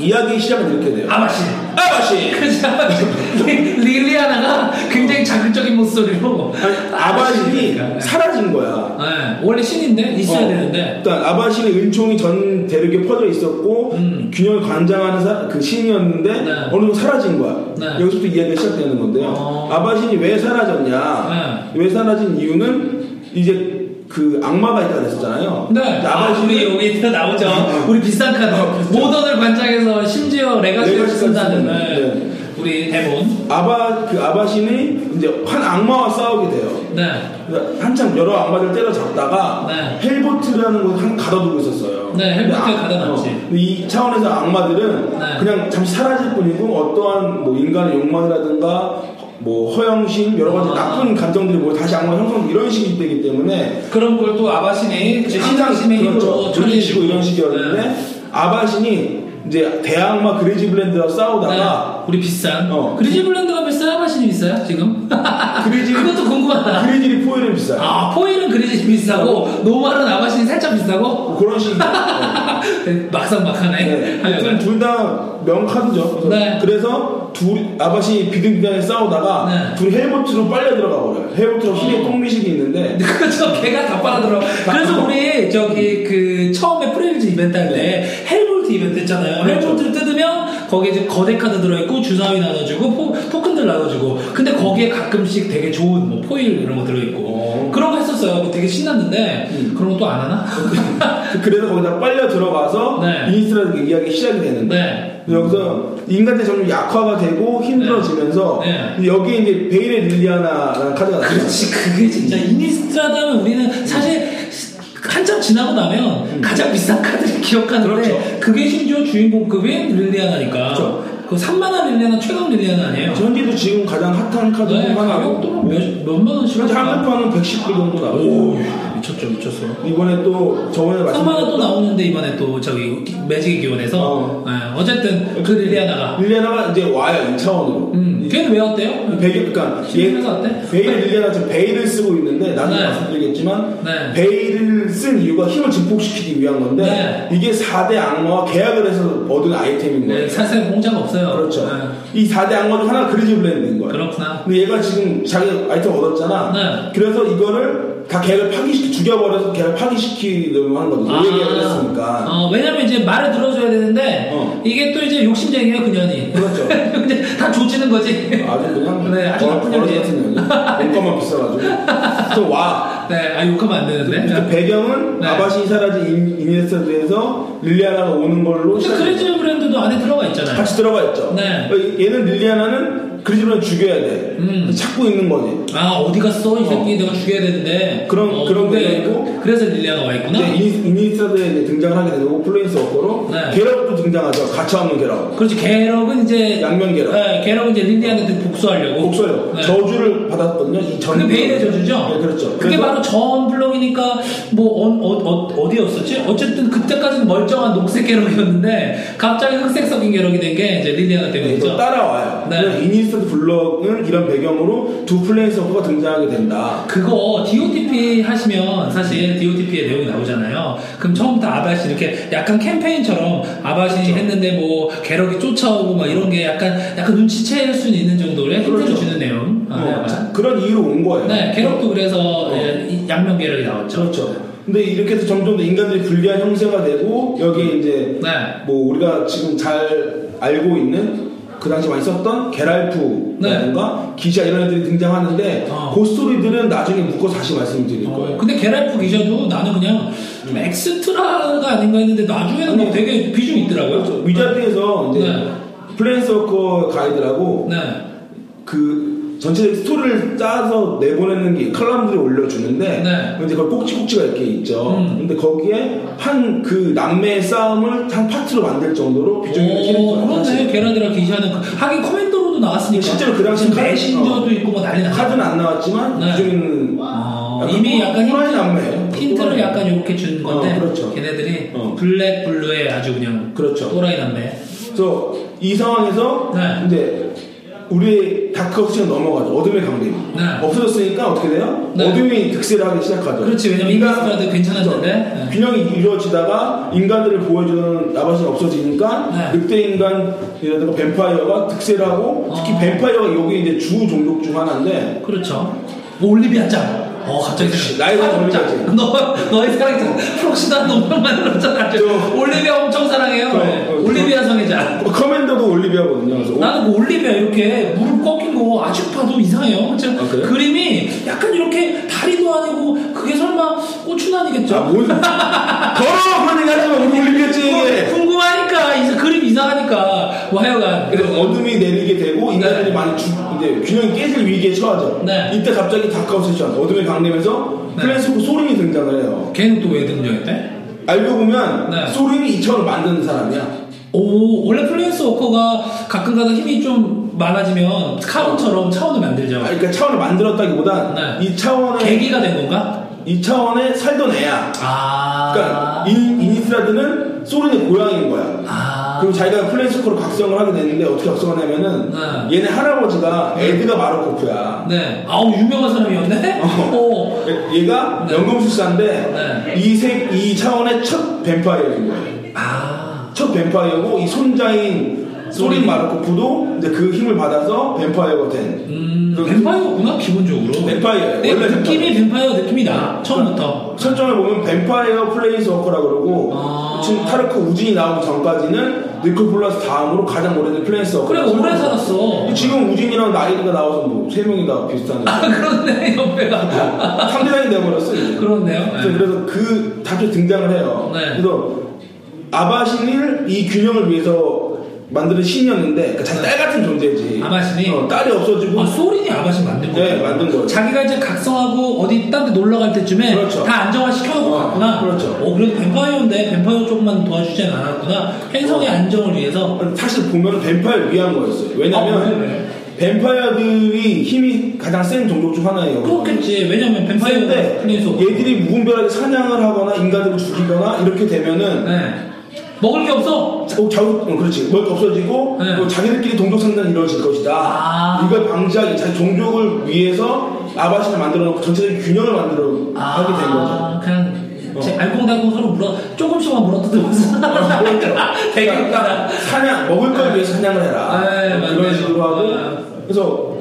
Speaker 3: 이야기 시작은 이렇게 돼요.
Speaker 2: 아바시
Speaker 3: 아바신!
Speaker 2: 그렇지 아바시 릴리아나가 굉장히 자극적인 목소리로
Speaker 3: 그러니까 아니, 아바신이
Speaker 2: 그러니까.
Speaker 3: 사라진 거야.
Speaker 2: 네, 원래 신인데 있어야
Speaker 3: 어,
Speaker 2: 되는데
Speaker 3: 일단 아바신의 은총이 전 대륙에 퍼져 있었고
Speaker 2: 음.
Speaker 3: 균형을 관장하는 사- 그 신이었는데
Speaker 2: 네.
Speaker 3: 어느 정도 사라진 거야.
Speaker 2: 네.
Speaker 3: 여기서부터 이야기가 시작되는 건데요.
Speaker 2: 어. 네.
Speaker 3: 아바신이 왜 사라졌냐? 왜 사라진 이유는 이제 그 악마가 있다 그랬었잖아요.
Speaker 2: 네.
Speaker 3: 근데
Speaker 2: 아, 우리
Speaker 3: 아바신이
Speaker 2: 여기 또
Speaker 3: 음,
Speaker 2: 나오죠. 우리 비싼 카드. 모던을 관장해서 심지어 레가시를
Speaker 3: 아, 그렇죠. 레가시까지
Speaker 2: 쓴다는
Speaker 3: 쓰는,
Speaker 2: 네.
Speaker 3: 네.
Speaker 2: 우리 대본.
Speaker 3: 아바 그 아바신이 이제 한 악마와 싸우게 돼요.
Speaker 2: 네.
Speaker 3: 그러니까 한참 여러 악마들 때려잡다가
Speaker 2: 네.
Speaker 3: 헬보트라는 곳을 한 가둬두고 있었어요.
Speaker 2: 네, 헬보트에
Speaker 3: 근데 악-
Speaker 2: 가둬놨지.
Speaker 3: 어, 근데 이 차원에서 악마들은
Speaker 2: 네.
Speaker 3: 그냥 잠시 사라질 뿐이고 어떠한 뭐 인간의 욕망이라든가 뭐 허영심 여러 가지
Speaker 2: 아.
Speaker 3: 나쁜 감정들이 뭐 다시 악마 형성 이런 식이 되기 때문에
Speaker 2: 그런 걸 또 아바신이 이제 신상심의 힘으로
Speaker 3: 그렇죠. 돌리시고 이런 식이었는데
Speaker 2: 네.
Speaker 3: 아바신이 이제 대악마 그레이지 블랜드와 싸우다가
Speaker 2: 네. 우리 비싼.
Speaker 3: 어.
Speaker 2: 그리지 블랜드가 비싼 아바신이 비싸요, 지금?
Speaker 3: 그리지-
Speaker 2: 그것도 궁금하다.
Speaker 3: 그레이지 포일을 비싸요.
Speaker 2: 네. 아, 포일은 그리지 비싸고, 노말은 아바신이 살짝 비싸고?
Speaker 3: 뭐 그런 식이
Speaker 2: 막상막하네. 아,
Speaker 3: 네.
Speaker 2: 하여간.
Speaker 3: 하여튼 둘 다 명카드죠. 그래서,
Speaker 2: 네.
Speaker 3: 그래서 둘 아바시 비등비등하게 싸우다가
Speaker 2: 네.
Speaker 3: 둘이 헬보트로 빨려 들어가 버려요. 헬보트로 힘의 똥미식이 있는데
Speaker 2: 그렇죠. 걔가 다 빨아들어. 그래서 우리 저기 그 처음에 프레일즈 이벤트 할 때 헬볼트 이벤트 했잖아요.
Speaker 3: 네. 그렇죠.
Speaker 2: 헬볼트를 뜯으면 거기에 이제 거대 카드 들어있고 주사위 나눠주고 포, 토큰들 나눠주고 근데 거기에 가끔씩 되게 좋은 뭐 포일 이런 거 들어있고
Speaker 3: 어.
Speaker 2: 그런 거 했었어요. 되게 신났는데
Speaker 3: 음.
Speaker 2: 그런 거 또 안 하나?
Speaker 3: 그래서 거기다 빨려 들어가서
Speaker 2: 네.
Speaker 3: 이니스라는 이야기 시작이 되는데
Speaker 2: 네.
Speaker 3: 여기서 인간들 점점 약화가 되고 힘들어지면서
Speaker 2: 네.
Speaker 3: 여기에 이제 베일의 릴리아나라는 카드가 나와요.
Speaker 2: 그렇지 그게 진짜
Speaker 3: 음.
Speaker 2: 이니스트라다면 우리는 사실 한참 지나고 나면 가장 비싼 카드를 기억하는데
Speaker 3: 음. 그렇죠.
Speaker 2: 그게 심지어 주인공급인 릴리아나니까
Speaker 3: 그렇죠.
Speaker 2: 그 3만원 릴리아나 최강 릴리아나 아니에요?
Speaker 3: 현재도 지금 가장 핫한 카드
Speaker 2: 네,
Speaker 3: 중 하나고
Speaker 2: 가격도 몇, 몇만 원씩
Speaker 3: 현재 한 판은 110불 정도 그렇죠. 나오고
Speaker 2: 미쳤죠 미쳤어
Speaker 3: 이번에 또 저번에
Speaker 2: 3만
Speaker 3: 말씀드린
Speaker 2: 원또 나오는데 이번에 또 저기 매직의 기원에서 어.
Speaker 3: 어. 그렇죠. 네.
Speaker 2: 쨌든그 릴리아나가
Speaker 3: 릴리아나가 이제 와요 2차원으로
Speaker 2: 음, 걔는 왜 왔대요?
Speaker 3: 베일, 그러니까
Speaker 2: 신문에서 어때?
Speaker 3: 베일을 늘려놔서 베일을 쓰고 있는데 나중에
Speaker 2: 네.
Speaker 3: 얘기지만
Speaker 2: 네.
Speaker 3: 베일을 쓴 이유가 힘을 증폭시키기 위한 건데
Speaker 2: 네.
Speaker 3: 이게 4대 악마와 계약을 해서 얻은 아이템인 거예요.
Speaker 2: 네, 사실 공짜가 없어요.
Speaker 3: 그렇죠.
Speaker 2: 네.
Speaker 3: 이 4대 악마 중 하나가 그레이지 블랜드인 거예요.
Speaker 2: 그렇구나.
Speaker 3: 근데 얘가 지금 자기 아이템 얻었잖아.
Speaker 2: 네.
Speaker 3: 그래서 이거를 다 계획을 파기시키, 죽여버려서 계획을 파기시키려고 한 거죠. 노예 계획을 했으니까.
Speaker 2: 아. 어, 왜냐면 이제 말을 들어줘야 되는데,
Speaker 3: 어.
Speaker 2: 이게 또 이제 욕심쟁이에요, 그년이.
Speaker 3: 그렇죠.
Speaker 2: 근데 다 조치는 거지.
Speaker 3: 아주 그냥 뭐 어,
Speaker 2: 네, 아주 나쁜
Speaker 3: 버릇
Speaker 2: 년이에요.
Speaker 3: 같은 년이. 몸값만 비싸가지고. 그래서 와.
Speaker 2: 네, 아, 욕하면 안 되는데.
Speaker 3: 그래서
Speaker 2: 네.
Speaker 3: 그렇죠. 배경은
Speaker 2: 네.
Speaker 3: 아바시 이사라지 인- 이니에스타드에서 릴리아나가 오는 걸로
Speaker 2: 근데
Speaker 3: 시작해요.
Speaker 2: 크레이지 브랜드도 안에 들어가 있잖아요.
Speaker 3: 같이 들어가 있죠. 그러니까
Speaker 2: 네.
Speaker 3: 얘는 릴리아나는 그리즈를 죽여야 돼.
Speaker 2: 음.
Speaker 3: 찾고 있는 거지.
Speaker 2: 아, 어디 갔어? 이 새끼
Speaker 3: 어.
Speaker 2: 내가 죽여야 되는데.
Speaker 3: 그런-
Speaker 2: 어,
Speaker 3: 그런
Speaker 2: 근데
Speaker 3: 거 있고. 네,
Speaker 2: 그래서 릴리아가 와 있구나.
Speaker 3: 이제 이니- 이니에스타드에 이제 등장을 하게 되고 플레이스 워커로
Speaker 2: 네.
Speaker 3: 게라도 등장하죠. 가차 없는 게라.
Speaker 2: 그렇지, 게럭은 이제.
Speaker 3: 양면 게럭.
Speaker 2: 네, 게럭은 이제 릴리아한테 복수하려고.
Speaker 3: 복수요.
Speaker 2: 네.
Speaker 3: 저주를 받았거든요. 이 전.
Speaker 2: 그게 베일의 저주죠?
Speaker 3: 네, 그렇죠.
Speaker 2: 그게
Speaker 3: 그래서-
Speaker 2: 바로 전 블록이니까, 뭐, 어, 디였었지 어쨌든 그때까지는 멀쩡한 녹색 계력이었는데, 갑자기 흑색 섞인 계력이 된 게 이제 릴리아나
Speaker 3: 네,
Speaker 2: 때문이죠.
Speaker 3: 또 따라와요.
Speaker 2: 네.
Speaker 3: 그래서 이니스타드 블럭은 이런 배경으로 두 플레이스 워커가 등장하게 된다.
Speaker 2: 그거 DOTP 하시면 사실 DOTP의 내용이 나오잖아요. 그럼 처음부터 아바시 이렇게 약간 캠페인처럼 아바시
Speaker 3: 그렇죠.
Speaker 2: 했는데 뭐 개력이 쫓아오고 막 이런 게 약간 약간 눈치챌 수는 있는 정도의 힌트를
Speaker 3: 그렇죠.
Speaker 2: 주는 내용. 아, 네,
Speaker 3: 어,
Speaker 2: 맞아.
Speaker 3: 그런 이유로 온 거예요.
Speaker 2: 네, 개력도 그래서
Speaker 3: 어.
Speaker 2: 예, 이 양면 개력이 나왔죠.
Speaker 3: 그렇죠. 근데 이렇게 해서 점점 더 인간들이 불리한 형세가 되고 여기에 이제
Speaker 2: 네.
Speaker 3: 뭐 우리가 지금 잘 알고 있는 그 당시 많이 썼던
Speaker 2: 네.
Speaker 3: 게랄프라든가 기자 이런 애들이 등장하는데
Speaker 2: 어.
Speaker 3: 그 스토리들은 나중에 묶어서 다시 말씀드릴
Speaker 2: 어,
Speaker 3: 거예요.
Speaker 2: 근데 게랄프 기자도 나는 그냥 좀 엑스트라가 아닌가 했는데 나중에는
Speaker 3: 아니,
Speaker 2: 막 되게 비중이 있더라고요.
Speaker 3: 위자드에서 이제
Speaker 2: 네.
Speaker 3: 플랜스워커 가이드라고
Speaker 2: 네.
Speaker 3: 그 전체적인 스토리를 짜서 내보내는 게 칼럼들이 올려주는데
Speaker 2: 네.
Speaker 3: 근데 그걸 꼭지꼭지가 이렇게 있죠.
Speaker 2: 음.
Speaker 3: 근데 거기에 한 그 남매의 싸움을 한 파트로 만들 정도로 비중이 있는
Speaker 2: 오,
Speaker 3: 캐릭터예요.
Speaker 2: 어, 그렇네.
Speaker 3: 사실.
Speaker 2: 계란이랑 기시하는 그- 하긴 커맨더로도 나왔으니까.
Speaker 3: 실제로 그 당시
Speaker 2: 지금
Speaker 3: 카드-
Speaker 2: 메신저도
Speaker 3: 어.
Speaker 2: 있고 뭐 난리 났어.
Speaker 3: 카드는 안 나왔지만
Speaker 2: 네.
Speaker 3: 비중 있는
Speaker 2: 어,
Speaker 3: 약간
Speaker 2: 이미
Speaker 3: 꾸-
Speaker 2: 약간
Speaker 3: 꾸라지
Speaker 2: 힌트,
Speaker 3: 남매예요.
Speaker 2: 힌트를
Speaker 3: 꾸라지.
Speaker 2: 약간 이렇게 준 건데
Speaker 3: 어, 그렇죠.
Speaker 2: 걔네들이
Speaker 3: 어.
Speaker 2: 블랙 블루에 아주 그냥
Speaker 3: 그렇죠.
Speaker 2: 또라이 남매.
Speaker 3: 그래서 이 상황에서
Speaker 2: 네.
Speaker 3: 이제 우리의 다크억시가 넘어가죠. 어둠의 강림.
Speaker 2: 네.
Speaker 3: 없어졌으니까 어떻게 돼요?
Speaker 2: 네.
Speaker 3: 어둠이 득세를 하기 시작하죠.
Speaker 2: 그렇지, 왜냐면
Speaker 3: 인간-
Speaker 2: 인간스라도 괜찮았는데. 네.
Speaker 3: 균형이 이루어지다가 인간들을 보호해주는 나바시가 없어지니까
Speaker 2: 네.
Speaker 3: 늑대 인간이라든가 뱀파이어가 득세를 하고 특히
Speaker 2: 어.
Speaker 3: 뱀파이어가 여기 이제 주 종족 중 하나인데
Speaker 2: 그렇죠. 뭐 올리비아 짱. 어 갑자기
Speaker 3: 그렇지.
Speaker 2: 생각-
Speaker 3: 나의 사랑
Speaker 2: 짱.
Speaker 3: 올리비아 짱.
Speaker 2: 너 너의 사랑이잖아. 프록시다 논평 만들었잖아.
Speaker 3: 저-
Speaker 2: 올리비아 엄청 사랑해요.
Speaker 3: 저- 어,
Speaker 2: 올리비아 성애자.
Speaker 3: 커맨더도 올리비아거든요. 그래서 어?
Speaker 2: 나는 그 올리비아 이렇게 무릎 꺾인 거 아직 봐도 이상해요. 진짜
Speaker 3: 아, 그래요?
Speaker 2: 그림이 약간 이렇게 다리도 아니고 그게 설마 꽃은 아니겠죠?
Speaker 3: 아, 뭔. 더러워! 그런 얘기 하지 마! 우리
Speaker 2: 궁금-
Speaker 3: 올리겠지!
Speaker 2: 궁금하니까 이제 그림 이상하니까 뭐 하여간
Speaker 3: 그래서 어둠이 내리게 되고, 인간들이
Speaker 2: 네.
Speaker 3: 많이 죽, 이제 균형이 깨질 위기에 처하죠.
Speaker 2: 네.
Speaker 3: 이때 갑자기 다크하우스션, 어둠의 강림에서
Speaker 2: 네.
Speaker 3: 클랜스코 소름이 등장을 해요.
Speaker 2: 걔는 또 왜 등장했대?
Speaker 3: 알고 보면,
Speaker 2: 네.
Speaker 3: 소름이 이천을 만드는 사람이야.
Speaker 2: 오 원래 플랜스 워커가 가끔가다 힘이 좀 많아지면 카운처럼 차원을
Speaker 3: 아,
Speaker 2: 만들죠.
Speaker 3: 그러니까 차원을 만들었다기보단,
Speaker 2: 네.
Speaker 3: 이 차원에,
Speaker 2: 계기가 된 건가?
Speaker 3: 이 차원에 살던 애야.
Speaker 2: 아
Speaker 3: 그러니까, 인, 이니스라드는 소름의 고향인 거야.
Speaker 2: 아
Speaker 3: 그리고 자기가 플랜스코로 각성을 하게 됐는데, 어떻게 각성을 하냐면은,
Speaker 2: 네.
Speaker 3: 얘네 할아버지가 에드가 마르코프야.
Speaker 2: 네 아우 유명한 사람이었네. 어.
Speaker 3: 얘가
Speaker 2: 네.
Speaker 3: 연금술사인데
Speaker 2: 네.
Speaker 3: 이색 이 차원의 첫 뱀파이어인 거예요.
Speaker 2: 아
Speaker 3: 첫 뱀파이어고 이 손자인 소린 마르코프도 이제 그 힘을 받아서 뱀파이어가 된.
Speaker 2: 음,
Speaker 3: 그-
Speaker 2: 뱀파이어구나 기본적으로.
Speaker 3: 뱀파이어예요. 어.
Speaker 2: 네,
Speaker 3: 원래
Speaker 2: 느낌이 뱀파이어 느낌이 나. 처음부터.
Speaker 3: 설정을 보면 뱀파이어 플레이스 워커라 그러고
Speaker 2: 아.
Speaker 3: 지금 타르크 우진이 나오기 전까지는 니콜플라스 다음으로 가장 오래된 플레이스 워커.
Speaker 2: 그래 오래 살았어.
Speaker 3: 지금 우진이랑 나이가 나와서 뭐 세 명이 다 비슷한데
Speaker 2: 아 그렇네 옆에가.
Speaker 3: 3대장이 돼버렸어 이제.
Speaker 2: 그렇네요.
Speaker 3: 그래서,
Speaker 2: 네.
Speaker 3: 그래서 그 다큐 등장을 해요.
Speaker 2: 네.
Speaker 3: 그래서 아바신을 이 균형을 위해서 만드는 신이었는데 그러니까 자기 딸 같은 존재지.
Speaker 2: 네. 아바신이?
Speaker 3: 어, 딸이 없어지고
Speaker 2: 아 소린이 아바신 만든 거예요.
Speaker 3: 네, 만든 거예요.
Speaker 2: 자기가 이제 각성하고 어디 딴 데 놀러 갈 때쯤에
Speaker 3: 그렇죠.
Speaker 2: 다 안정화 시켜놓고
Speaker 3: 어,
Speaker 2: 갔구나.
Speaker 3: 그렇죠.
Speaker 2: 어 그래도 뱀파이어인데 뱀파이어 쪽만 도와주진 않았구나. 행성의
Speaker 3: 어.
Speaker 2: 안정을 위해서.
Speaker 3: 사실 보면 뱀파이어 위한 거였어요.
Speaker 2: 아,
Speaker 3: 왜냐면
Speaker 2: 왜, 왜?
Speaker 3: 뱀파이어들이 힘이 가장 센 종족 중 하나예요.
Speaker 2: 그렇겠지. 왜냐면 뱀파이어인데
Speaker 3: 근데
Speaker 2: 플레이소.
Speaker 3: 얘들이 무분별하게 사냥을 하거나 인간들을 죽이거나 이렇게 되면은
Speaker 2: 네. 먹을 게 없어.
Speaker 3: 어, 자, 어, 그렇지. 뭘게 없어지고
Speaker 2: 네.
Speaker 3: 또 자기들끼리 동족 상단이 이루어질 것이다.
Speaker 2: 아.
Speaker 3: 이걸 방지하기, 자기 종족을 위해서 아바시를 만들어 놓고 전체적인 균형을 만들어 아,
Speaker 2: 아.
Speaker 3: 하게 된 거죠.
Speaker 2: 그냥
Speaker 3: 어.
Speaker 2: 제 알콩달콩 서로 물어 조금씩만 물어뜯으면서
Speaker 3: 그렇죠.
Speaker 2: 대결가라.
Speaker 3: 그러니까 사냥 먹을 걸 위해서 사냥을 해라.
Speaker 2: 아, 맞네요.
Speaker 3: 그런 식으로 하고
Speaker 2: 아.
Speaker 3: 그래서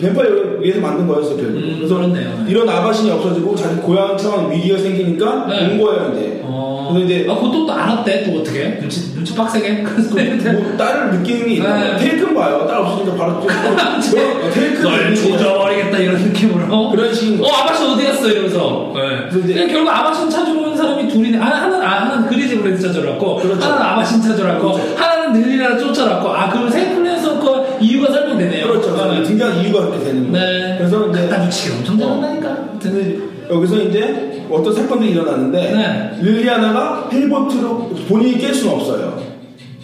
Speaker 3: 뱀파이어를 위해서 만든 거였어 결국.
Speaker 2: 음, 그렇네요.
Speaker 3: 이런 아바신이 없어지고 자기 고향처럼 위기가 생기니까
Speaker 2: 네.
Speaker 3: 온 거예요 이제.
Speaker 2: 어.
Speaker 3: 그래서 이제
Speaker 2: 아, 그것도 또 알았대. 또 어떻게? 눈치 눈치 빡세게. 그래서
Speaker 3: 뭐 딸을 느끼는 게 있나
Speaker 2: 네.
Speaker 3: 봐요. 테이크는 봐요. 딸 없으니까 바로 좀. 어, 테이크는
Speaker 2: 널
Speaker 3: 느끼는 게
Speaker 2: 조져버리겠다 이런 느낌으로.
Speaker 3: 그런 식인
Speaker 2: 어
Speaker 3: 네. 거예요.
Speaker 2: 아바씨 어디 갔어 이러면서.
Speaker 3: 그래서 이제-
Speaker 2: 그냥 결국 아바신 찾으러 온 사람이 둘이네. 하나 하나 아, 하나는 그리지 브랜드 찾으러 왔고,
Speaker 3: 그렇죠.
Speaker 2: 하나는 아바신 찾으러 왔고,
Speaker 3: 그렇죠.
Speaker 2: 하나는 늘리라 쫓아러 왔고. 아 그럼 세 플랜서 거 이유가 설명되네요.
Speaker 3: 그렇죠. 그래서 등장한 이유가 그렇게 되는 거예요.
Speaker 2: 네.
Speaker 3: 그래서 이제 어.
Speaker 2: 갖다 붙이기 엄청 잘한다니까.
Speaker 3: 근데 여기서 이제 어떤 사건들이 일어나는데
Speaker 2: 네.
Speaker 3: 릴리아나가 헬보트로 본인이 깰 수는 없어요.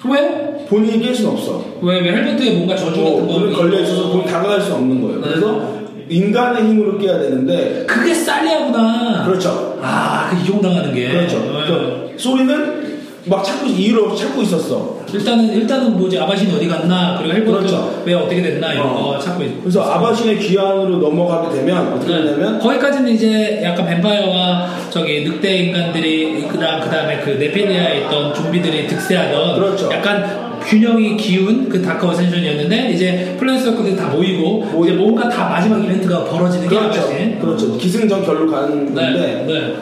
Speaker 2: 왜?
Speaker 3: 본인이 깰 수는 없어.
Speaker 2: 왜? 왜 헬멧에 뭔가 저주 같은
Speaker 3: 뭐
Speaker 2: 거
Speaker 3: 걸려 있어서 본 다가갈 수 없는 거예요.
Speaker 2: 네.
Speaker 3: 그래서 인간의 힘으로 깨야 되는데
Speaker 2: 그게 쌀리아구나.
Speaker 3: 그렇죠.
Speaker 2: 아, 그 이용당하는 게.
Speaker 3: 그렇죠.
Speaker 2: 네.
Speaker 3: 그래서 소리는 막 찾고 이유를 없이 찾고 있었어.
Speaker 2: 일단은 일단은 뭐지 아바신이 어디 갔나 그리고 헬보트
Speaker 3: 그렇죠.
Speaker 2: 왜 어떻게 됐나 이런
Speaker 3: 어.
Speaker 2: 거 찾고 있고. 네.
Speaker 3: 그래서 아바신의 귀환으로 넘어가게 되면 어떻게 되냐면
Speaker 2: 거기까지는 이제 약간 뱀파이어와 저기 늑대 인간들이 그다음 그다음에 그 네페리아에 있던 좀비들이 득세하던
Speaker 3: 그렇죠.
Speaker 2: 약간 균형이 기운 그 다크 어센션이었는데 이제 플랜스 서클들이 다 모이고
Speaker 3: 모이고.
Speaker 2: 이제 뭔가 다 마지막 이벤트가 벌어지는 게
Speaker 3: 그렇죠.
Speaker 2: 아바신.
Speaker 3: 그렇죠. 기승전 결로 가는
Speaker 2: 네.
Speaker 3: 건데
Speaker 2: 네.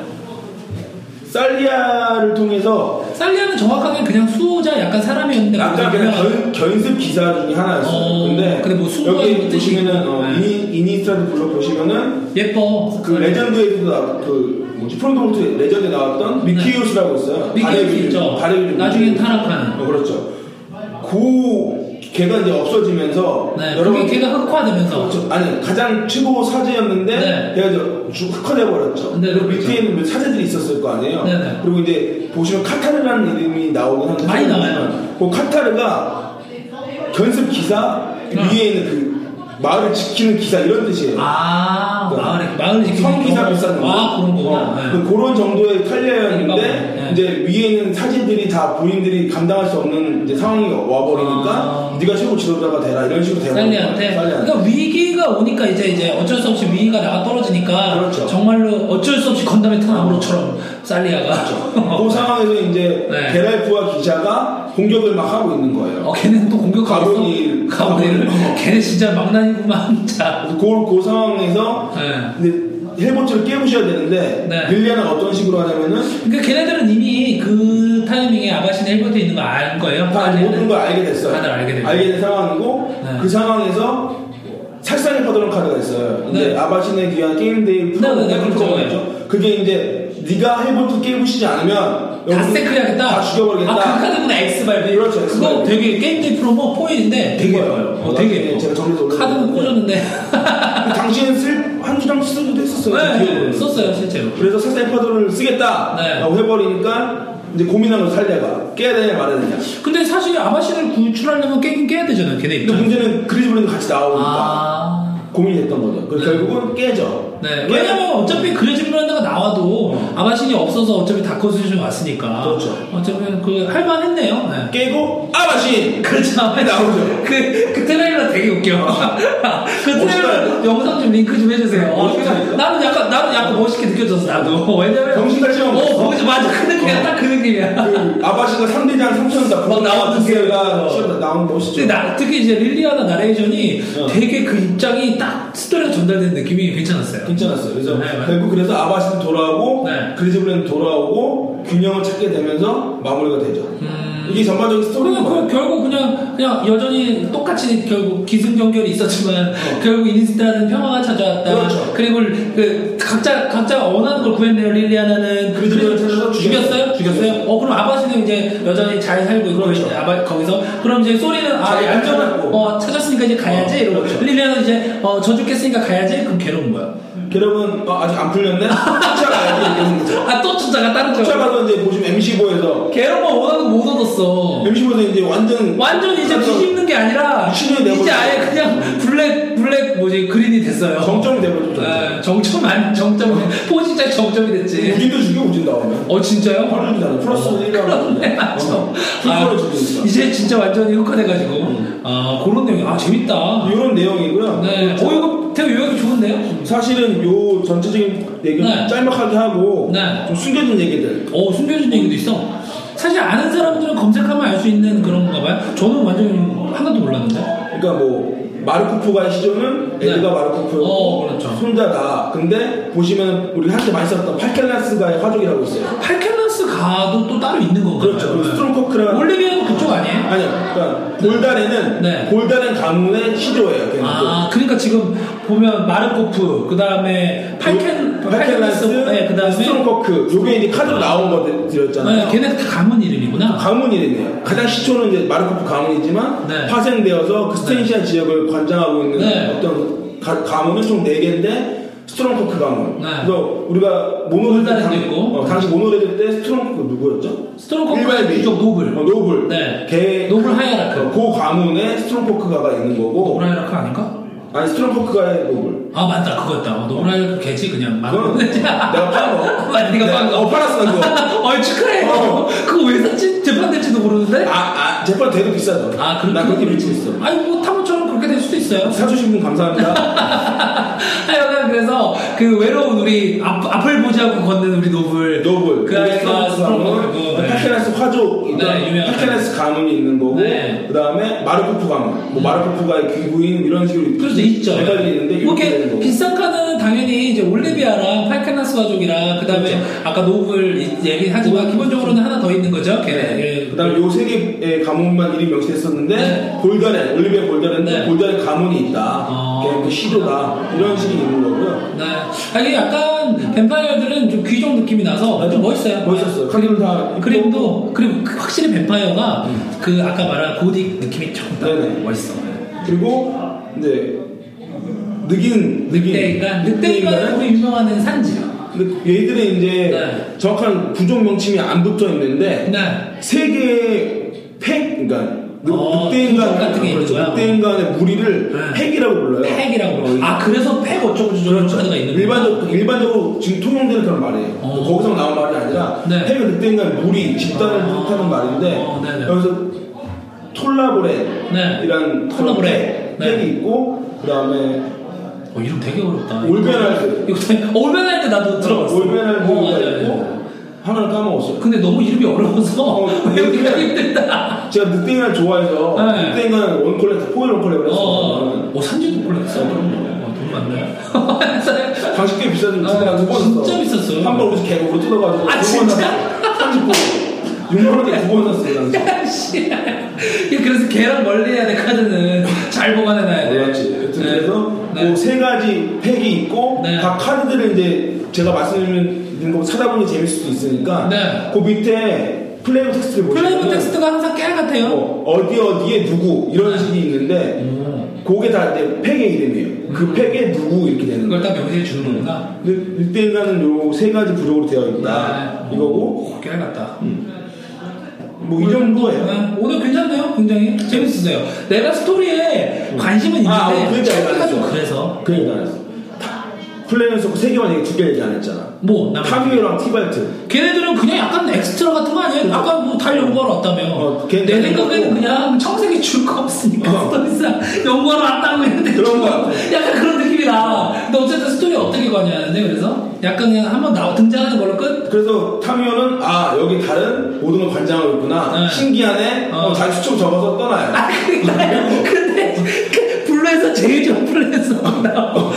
Speaker 3: 살리아를 통해서
Speaker 2: 살리아는 정확하게 그냥 수호자 약간 사람이었는데
Speaker 3: 아까
Speaker 2: 그냥
Speaker 3: 그냥 견, 견습 기사 중에 하나였어요.
Speaker 2: 어,
Speaker 3: 근데,
Speaker 2: 근데 뭐 수고의
Speaker 3: 여기
Speaker 2: 뜻이
Speaker 3: 보시면은
Speaker 2: 있고.
Speaker 3: 어,
Speaker 2: 네.
Speaker 3: 이니, 이니스트라드 블록 보시면은
Speaker 2: 예뻐
Speaker 3: 그 레전드에도 나, 그 뭐지 프론트볼트 레전드에 나왔던 미키우스라고 있어요.
Speaker 2: 네. 미키우스
Speaker 3: 발의
Speaker 2: 있죠.
Speaker 3: 발의 비율.
Speaker 2: 나중엔 타락하는.
Speaker 3: 어, 그렇죠. 그 걔가 이제 없어지면서
Speaker 2: 네
Speaker 3: 여러
Speaker 2: 그게
Speaker 3: 번-
Speaker 2: 걔가 흑화되면서
Speaker 3: 저- 아니 가장 최고 사제였는데
Speaker 2: 네.
Speaker 3: 걔가 이제 쭉 흑화돼 버렸죠.
Speaker 2: 네,
Speaker 3: 그리고
Speaker 2: 그렇죠.
Speaker 3: 밑에 있는 몇 사제들이 있었을 거 아니에요.
Speaker 2: 네, 네.
Speaker 3: 그리고 이제 보시면 카타르라는 이름이 나오긴 한데
Speaker 2: 많이
Speaker 3: 사제들이지만
Speaker 2: 나와요.
Speaker 3: 그 카타르가 견습 기사
Speaker 2: 응.
Speaker 3: 위에 있는 그 마을을 지키는 기사 이런 뜻이에요.
Speaker 2: 네. 아
Speaker 3: 네.
Speaker 2: 마을에 마을에 지키는
Speaker 3: 성기사
Speaker 2: 거.
Speaker 3: 비싼 거.
Speaker 2: 아 그런 거구나
Speaker 3: 어,
Speaker 2: 네.
Speaker 3: 그- 그런 정도의 탄력인데
Speaker 2: 네.
Speaker 3: 이제 위에 있는 사진들이 다 본인들이 감당할 수 없는 이제 상황이 와버리니까
Speaker 2: 아.
Speaker 3: 네가 최고 지도자가 되라 이런 식으로 되는
Speaker 2: 살리한테
Speaker 3: 살리한테.
Speaker 2: 그러니까 위기가 오니까 이제 이제 어쩔 수 없이 위기가 나가 떨어지니까
Speaker 3: 그렇죠.
Speaker 2: 정말로 어쩔 수 없이 건담의 탄암으로처럼 살리아가
Speaker 3: 그 상황에서 이제
Speaker 2: 네.
Speaker 3: 게랄프와 기자가 공격을 막 하고 있는 거예요.
Speaker 2: 어 걔는 또 공격하고
Speaker 3: 가문이-
Speaker 2: 있어 가문이를
Speaker 3: 가문.
Speaker 2: 걔네 진짜 망나니구만 자
Speaker 3: 그래서 그, 그 상황에서
Speaker 2: 네.
Speaker 3: 이제 헬보츠를 깨부셔야 되는데
Speaker 2: 네.
Speaker 3: 릴리아는 어떤 식으로 하냐면은
Speaker 2: 그러니까 걔네들은 이미 그 타이밍에 아바신 헬버트에 있는 거 알 거예요?
Speaker 3: 다 모든 걸 알게 됐어요.
Speaker 2: 다들 알게 됐고.
Speaker 3: 된 상황이고
Speaker 2: 네.
Speaker 3: 그 상황에서 살상의 파도는 카드가 있어요. 근데
Speaker 2: 네.
Speaker 3: 아바신에 귀한 게임 데이 프로-
Speaker 2: 네, 네, 네,
Speaker 3: 프로그램
Speaker 2: 그렇죠.
Speaker 3: 있죠. 그게 이제 네가 해보트 게임시지 않으면
Speaker 2: 다
Speaker 3: 여러분
Speaker 2: 세크해야겠다.
Speaker 3: 다 죽여버리겠다.
Speaker 2: 아, 그 카드구나, 엑스발비.
Speaker 3: 그렇죠,
Speaker 2: 그거
Speaker 3: 엑스발비.
Speaker 2: 되게 게임데이 프로모 포인인데 되게
Speaker 3: 이거요.
Speaker 2: 예뻐요. 어,
Speaker 3: 어,
Speaker 2: 되게
Speaker 3: 나중에
Speaker 2: 예뻐.
Speaker 3: 제가 정리해서
Speaker 2: 카드는
Speaker 3: 올려드렸는데.
Speaker 2: 꽂았는데.
Speaker 3: 그 당신은 쓸한 주당 쓰기도 했었어요. 제
Speaker 2: 네,
Speaker 3: 기억으로는.
Speaker 2: 썼어요, 실제로.
Speaker 3: 그래서 살상의 파도를 쓰겠다
Speaker 2: 네.
Speaker 3: 라고 해버리니까 이제 고민한 걸 살려가 깨야 되냐 말아야 되냐
Speaker 2: 근데 사실 아바신을 구출하려면 깨긴 깨야 되잖아요, 걔네
Speaker 3: 근데
Speaker 2: 입장.
Speaker 3: 문제는 그리즈블린도 같이 나오니까
Speaker 2: 그렇죠. 아.
Speaker 3: 고민이 됐던 거죠 그래서 결국은 깨죠
Speaker 2: 네,
Speaker 3: 깨-
Speaker 2: 왜냐면 어차피 그레즈블랜드가 나와도 아바신이 없어서 어차피 다크스준 왔으니까.
Speaker 3: 그렇죠.
Speaker 2: 어차피 그 할만했네요. 네.
Speaker 3: 깨고 아바신
Speaker 2: 그렇죠.
Speaker 3: 나오죠.
Speaker 2: 그, 그 트레일러 되게 웃겨. 그 트레일러
Speaker 3: 멋있다.
Speaker 2: 영상 좀 링크 좀 해주세요. 어,
Speaker 3: 멋있다니까.
Speaker 2: 나는 약간, 나는 약간 멋있게 느껴졌어, 나도. 왜냐면.
Speaker 3: 정신같이
Speaker 2: 어,
Speaker 3: 하면 멋있어.
Speaker 2: 거기서 맞아. 그 느낌이야. 딱 그 느낌이야.
Speaker 3: 그 아바시가 3대장 3천사
Speaker 2: 막 나오는
Speaker 3: 가
Speaker 2: 게-
Speaker 3: 나온
Speaker 2: 근데
Speaker 3: 멋있죠.
Speaker 2: 나, 특히 이제 릴리아나 나레이션이
Speaker 3: 어.
Speaker 2: 되게 그 입장이 딱 스토리가 전달된 느낌이 괜찮았어요.
Speaker 3: 괜찮았어요. 그래서
Speaker 2: 네, 맞아요.
Speaker 3: 결국 그래서 아바시도 돌아오고
Speaker 2: 네.
Speaker 3: 그리즈블랜 돌아오고 균형을 찾게 되면서 마무리가 되죠. 이게 전반적인 스토리인
Speaker 2: 음. 그냥 그
Speaker 3: 거예요.
Speaker 2: 결국 그냥 그냥 여전히 똑같이 결국 기승전결이 있었지만 결국 이니스타는 평화가 찾아왔다.
Speaker 3: 어. 그렇죠.
Speaker 2: 리고그 각자 각자 원하는 걸 구했네요. 릴리아나는
Speaker 3: 그리고
Speaker 2: 그리고
Speaker 3: 찾아서
Speaker 2: 죽였어요.
Speaker 3: 죽였어요?
Speaker 2: 죽였어요. 어 그럼 아바시는 이제 여전히 잘 살고 있고
Speaker 3: 그렇죠.
Speaker 2: 이제 아바 거기서 그럼 이제 소리는 아
Speaker 3: 자기가
Speaker 2: 안전한
Speaker 3: 찾았고.
Speaker 2: 어 찾았으니까 이제 가야지
Speaker 3: 어,
Speaker 2: 이러고
Speaker 3: 그렇죠.
Speaker 2: 릴리아나는 이제 어 저주겠으니까 가야지 그럼 괴로운 거야.
Speaker 3: 여러분 어, 아직 안 풀렸네. 쫓아가야지 이렇게 생겼죠.
Speaker 2: 아또 쫓아가 다른 쪽.
Speaker 3: 쫓아가서 이제 보시면 MC5에서
Speaker 2: 괴로운 거 원하는 거 못 얻었어.
Speaker 3: MC5에서 이제 완전
Speaker 2: 완전 이제
Speaker 3: 완전
Speaker 2: 뒤집는 게 아니라
Speaker 3: 미친년이
Speaker 2: 이제
Speaker 3: 돼버렸어요.
Speaker 2: 아예 그냥 블랙 블랙 뭐지 그린이 됐어요.
Speaker 3: 정점이 되버렸죠.
Speaker 2: 아, 정점 아니 정점 포진짜 정점이 됐지.
Speaker 3: 우진도 죽여 우진 나오면
Speaker 2: 어 진짜요? 어,
Speaker 3: 바로 죽이잖아. 플러스 1하고
Speaker 2: 그렇네 맞아.
Speaker 3: 풀로 음.
Speaker 2: 아,
Speaker 3: 죽이니까.
Speaker 2: 이제 진짜 완전히 흑화돼가지고 아 그런 내용 아 재밌다.
Speaker 3: 이런 내용이고요.
Speaker 2: 네. 어 이거 되게 요약이 좋은데요?
Speaker 3: 사실은 요 전체적인 얘기를
Speaker 2: 네.
Speaker 3: 짤막하게 하고
Speaker 2: 네.
Speaker 3: 좀 숨겨진 얘기들
Speaker 2: 어 숨겨진 얘기도 있어. 사실 아는 사람들은 검색하면 알 수 있는 그런 건가 봐요. 저는 완전히 하나도 몰랐는데.
Speaker 3: 그러니까 뭐 마르코프가 시조는
Speaker 2: 네.
Speaker 3: 에드가 마르코프였고
Speaker 2: 어, 그렇죠.
Speaker 3: 손자다 근데 보시면 우리 한때 많이 썼던 팔켈라스가의 화족이라고 있어요
Speaker 2: 팔켈라스 가도 또 따로 있는 건가요? 네.
Speaker 3: 그렇죠 그리고 스트롬코크라는
Speaker 2: 올리비아는 그쪽 아니에요?
Speaker 3: 아니요 그러니까 골다렌은
Speaker 2: 네.
Speaker 3: 골다렌 가문의 시조예요 걔는
Speaker 2: 아, 그러니까 지금 보면 마르코프, 그 다음에 팔켈,
Speaker 3: 그 팔켈라스
Speaker 2: 네, 그 다음에
Speaker 3: 스트롬코크 요게 이제 카드로 나온 것들이었잖아요
Speaker 2: 네, 걔네 다 가문 이름이구나.
Speaker 3: 가문이랬네요. 가장 시초는 이제 마르코프 가문이지만
Speaker 2: 네.
Speaker 3: 파생되어서 그 스테인시아 지역을 관장하고 있는
Speaker 2: 네.
Speaker 3: 어떤 가, 가문은 총 4개인데 스트롱코크 가문.
Speaker 2: 네.
Speaker 3: 그래서 우리가 모노레드
Speaker 2: 울다리도
Speaker 3: 당-
Speaker 2: 있고.
Speaker 3: 어, 당시 모노레드 때 스트롱코크 누구였죠?
Speaker 2: 스트롱코크
Speaker 3: 일발비.
Speaker 2: 그쪽 노블.
Speaker 3: 어, 노블.
Speaker 2: 네.
Speaker 3: 걔
Speaker 2: 노블 하이라크.
Speaker 3: 어, 그 가문에 스트롱코크가가 있는 거고
Speaker 2: 노브라이라크 아닌가?
Speaker 3: 아니 스트롱코크가의 노블.
Speaker 2: 아, 맞다. 그거였다. 어, 아, 노브라이라크 걔지, 그냥.
Speaker 3: 그건 내가 판 거.
Speaker 2: 맞아, 네가
Speaker 3: 내가-
Speaker 2: 판 거.
Speaker 3: 어, 팔았어, 그거.
Speaker 2: 어이, 축하해.
Speaker 3: 어.
Speaker 2: 그거 왜 샀지? 재판될지도 모르는데?
Speaker 3: 아, 아 재판 되도 비싸죠.
Speaker 2: 아, 그렇게.
Speaker 3: 나 그렇게 미치고 있어.
Speaker 2: 아니, 뭐, 타모처럼 그렇게 될 수도 있어요.
Speaker 3: 사주신 분 감사합니다.
Speaker 2: 하여간 그래서 그 외로운 우리 앞, 앞을 보지 않고 걷는 우리 노블
Speaker 3: 노블,
Speaker 2: 그 아이가
Speaker 3: 스트롱코크 가문,
Speaker 2: 스트롱코크. 네.
Speaker 3: 파케라스 화족,
Speaker 2: 네,
Speaker 3: 네,
Speaker 2: 유명한.
Speaker 3: 파케라스 가문이 있는 거고,
Speaker 2: 네.
Speaker 3: 그 다음에 마르코프 가문, 뭐 마르코프가의 귀부인 이런 식으로
Speaker 2: 그럴 수 있죠.
Speaker 3: 배달이 있는데
Speaker 2: 뭐
Speaker 3: 이렇게 되는
Speaker 2: 이렇게
Speaker 3: 거고.
Speaker 2: 비싼 카드는 당연히 이제 올리비아랑 팔케나스 가족이랑 그 다음에
Speaker 3: 그렇죠.
Speaker 2: 아까 노블 이- 얘기하지만 기본적으로는 하나 더 있는 거죠. 걔. 예.
Speaker 3: 그 다음에 요 세 개의 가문만 이름이 명시됐었는데,
Speaker 2: 네.
Speaker 3: 골다렌, 올리비아 골다렌,
Speaker 2: 네.
Speaker 3: 골다렌 가문이 있다.
Speaker 2: 어.
Speaker 3: 걔는 그 시조다. 이런 식이 있는 거고요.
Speaker 2: 네. 아, 이게 약간 뱀파이어들은 좀 귀족 느낌이 나서 좀 멋있어요.
Speaker 3: 멋있었어요. 그림 다. 음.
Speaker 2: 그림도 그리고 그 확실히 뱀파이어가 그 아까 말한 고딕 느낌이 조금 더
Speaker 3: 네네.
Speaker 2: 멋있어.
Speaker 3: 그리고, 이제, 느긴, 느긴.
Speaker 2: 늑대인간 늑대인간은 우리 유명한 산지요.
Speaker 3: 근데 그 얘들은 이제
Speaker 2: 네.
Speaker 3: 정확한 부족 명칭이 안 붙어 있는데,
Speaker 2: 네.
Speaker 3: 세계의 팩, 그러니까 늑-
Speaker 2: 어,
Speaker 3: 늑대인간
Speaker 2: 부족 같은 게 있는
Speaker 3: 그렇죠.
Speaker 2: 거야.
Speaker 3: 늑대인간의 무리를
Speaker 2: 네.
Speaker 3: 팩이라고 불러요.
Speaker 2: 팩이라고.
Speaker 3: 어,
Speaker 2: 아 그래서 팩 어쩌고 저쩌고 카드가 있는
Speaker 3: 일반적 일반적으로 지금 통용되는 그런 말이에요.
Speaker 2: 어.
Speaker 3: 뭐 거기서 나온 말이 아니라
Speaker 2: 네.
Speaker 3: 팩은 늑대인간 무리 집단을
Speaker 2: 어.
Speaker 3: 뜻하는 말인데
Speaker 2: 어, 네네.
Speaker 3: 여기서
Speaker 2: 네.
Speaker 3: 톨라보레이라는
Speaker 2: 톨라보레.
Speaker 3: 팩,
Speaker 2: 네.
Speaker 3: 팩이 있고 그다음에
Speaker 2: 어, 이름 되게 어렵다.
Speaker 3: 올베랄드.
Speaker 2: 이거 되게- 어, 올베랄드 나도 들어봤어. 어,
Speaker 3: 올베랄드가
Speaker 2: 맞아요.
Speaker 3: 있고 하나를 까먹었어요.
Speaker 2: 근데 너무 이름이 어려워서
Speaker 3: 어,
Speaker 2: 외우기가
Speaker 3: 근데-
Speaker 2: 힘들다.
Speaker 3: 제가 늑대인간 좋아해서
Speaker 2: 네.
Speaker 3: 늑대인간 원콜렉터 포일 원콜렉을
Speaker 2: 어,
Speaker 3: 했어요.
Speaker 2: 어, 어, 산지도 몰랐어. 그럼 어, 돈 많네.
Speaker 3: 간식 꽤 비싸지만
Speaker 2: 아,
Speaker 3: 진짜 두번
Speaker 2: 진짜
Speaker 3: 샀어.
Speaker 2: 비쌌어요.
Speaker 3: 한번 우리 개그로 뜯어가지고.
Speaker 2: 아,
Speaker 3: 두번
Speaker 2: 진짜?
Speaker 3: 샀어. 39. 6만 원대 두번 샀어요. 난 진짜.
Speaker 2: 야, 씨. 그래서 걔랑 멀리 해야 돼, 카드는. 잘 보관해놔야 돼.
Speaker 3: 몰랐지. 여튼
Speaker 2: 네.
Speaker 3: 그래서
Speaker 2: 네.
Speaker 3: 뭐세 가지 팩이 있고
Speaker 2: 네.
Speaker 3: 각 카드들을 이제 제가 말씀드리는 거 찾아보니 재밌을 수도 있으니까
Speaker 2: 네.
Speaker 3: 그 밑에 플레이브 텍스트를 보시면
Speaker 2: 플레이브 텍스트가 항상 깨알 같아요.
Speaker 3: 어, 어디 어디에 누구 이런 식이 있는데
Speaker 2: 음.
Speaker 3: 그게 다 이제 팩의 이름이에요. 그 팩에 누구 이렇게 되는
Speaker 2: 그걸
Speaker 3: 거예요.
Speaker 2: 딱 명시해 주는 거구나.
Speaker 3: 근데 일대일단은 요 세 가지 부족으로 되어 있다.
Speaker 2: 네.
Speaker 3: 이거고
Speaker 2: 오, 깨알 같다.
Speaker 3: 음. 뭐 이 정도예요.
Speaker 2: 네, 오늘 괜찮네요, 굉장히 재밌었어요. 내가 스토리에 관심은 있는데
Speaker 3: 아, 어, 그러니까 얘기 안
Speaker 2: 스토리가
Speaker 3: 했어.
Speaker 2: 좀 네. 그래서
Speaker 3: 그 얘기 안 했어. 플레이에서 그 세 개만 얘기 두 개 얘기 안 했잖아.
Speaker 2: 뭐 나-
Speaker 3: 타미오랑 티발트.
Speaker 2: 걔네들은 그냥 약간 엑스트라 같은 거 아니에요? 아까 뭐 달 연구하러 왔다며.
Speaker 3: 그렇죠. 어, 걔는
Speaker 2: 내
Speaker 3: 달
Speaker 2: 생각에는
Speaker 3: 연구하고.
Speaker 2: 그냥 청색이 줄 거 없으니까
Speaker 3: 어.
Speaker 2: 스토리상 연구하러 왔다고 했는데
Speaker 3: 그런 거 같아.
Speaker 2: 약간 그런 느낌이 나. 근데 어쨌든 스토리 어떻게 가냐는데 그래서 약간 그냥 한번 나 등장하는 걸로 끝.
Speaker 3: 그래서 타미오는 아 여기 다른 모든 걸 관장하고 있구나.
Speaker 2: 네.
Speaker 3: 신기하네.
Speaker 2: 어.
Speaker 3: 어, 자기 수첩 적어서 떠나요.
Speaker 2: 아 근데 근데 그 블루에서 제일 좋은 블루에서 나와.
Speaker 3: 그렇죠.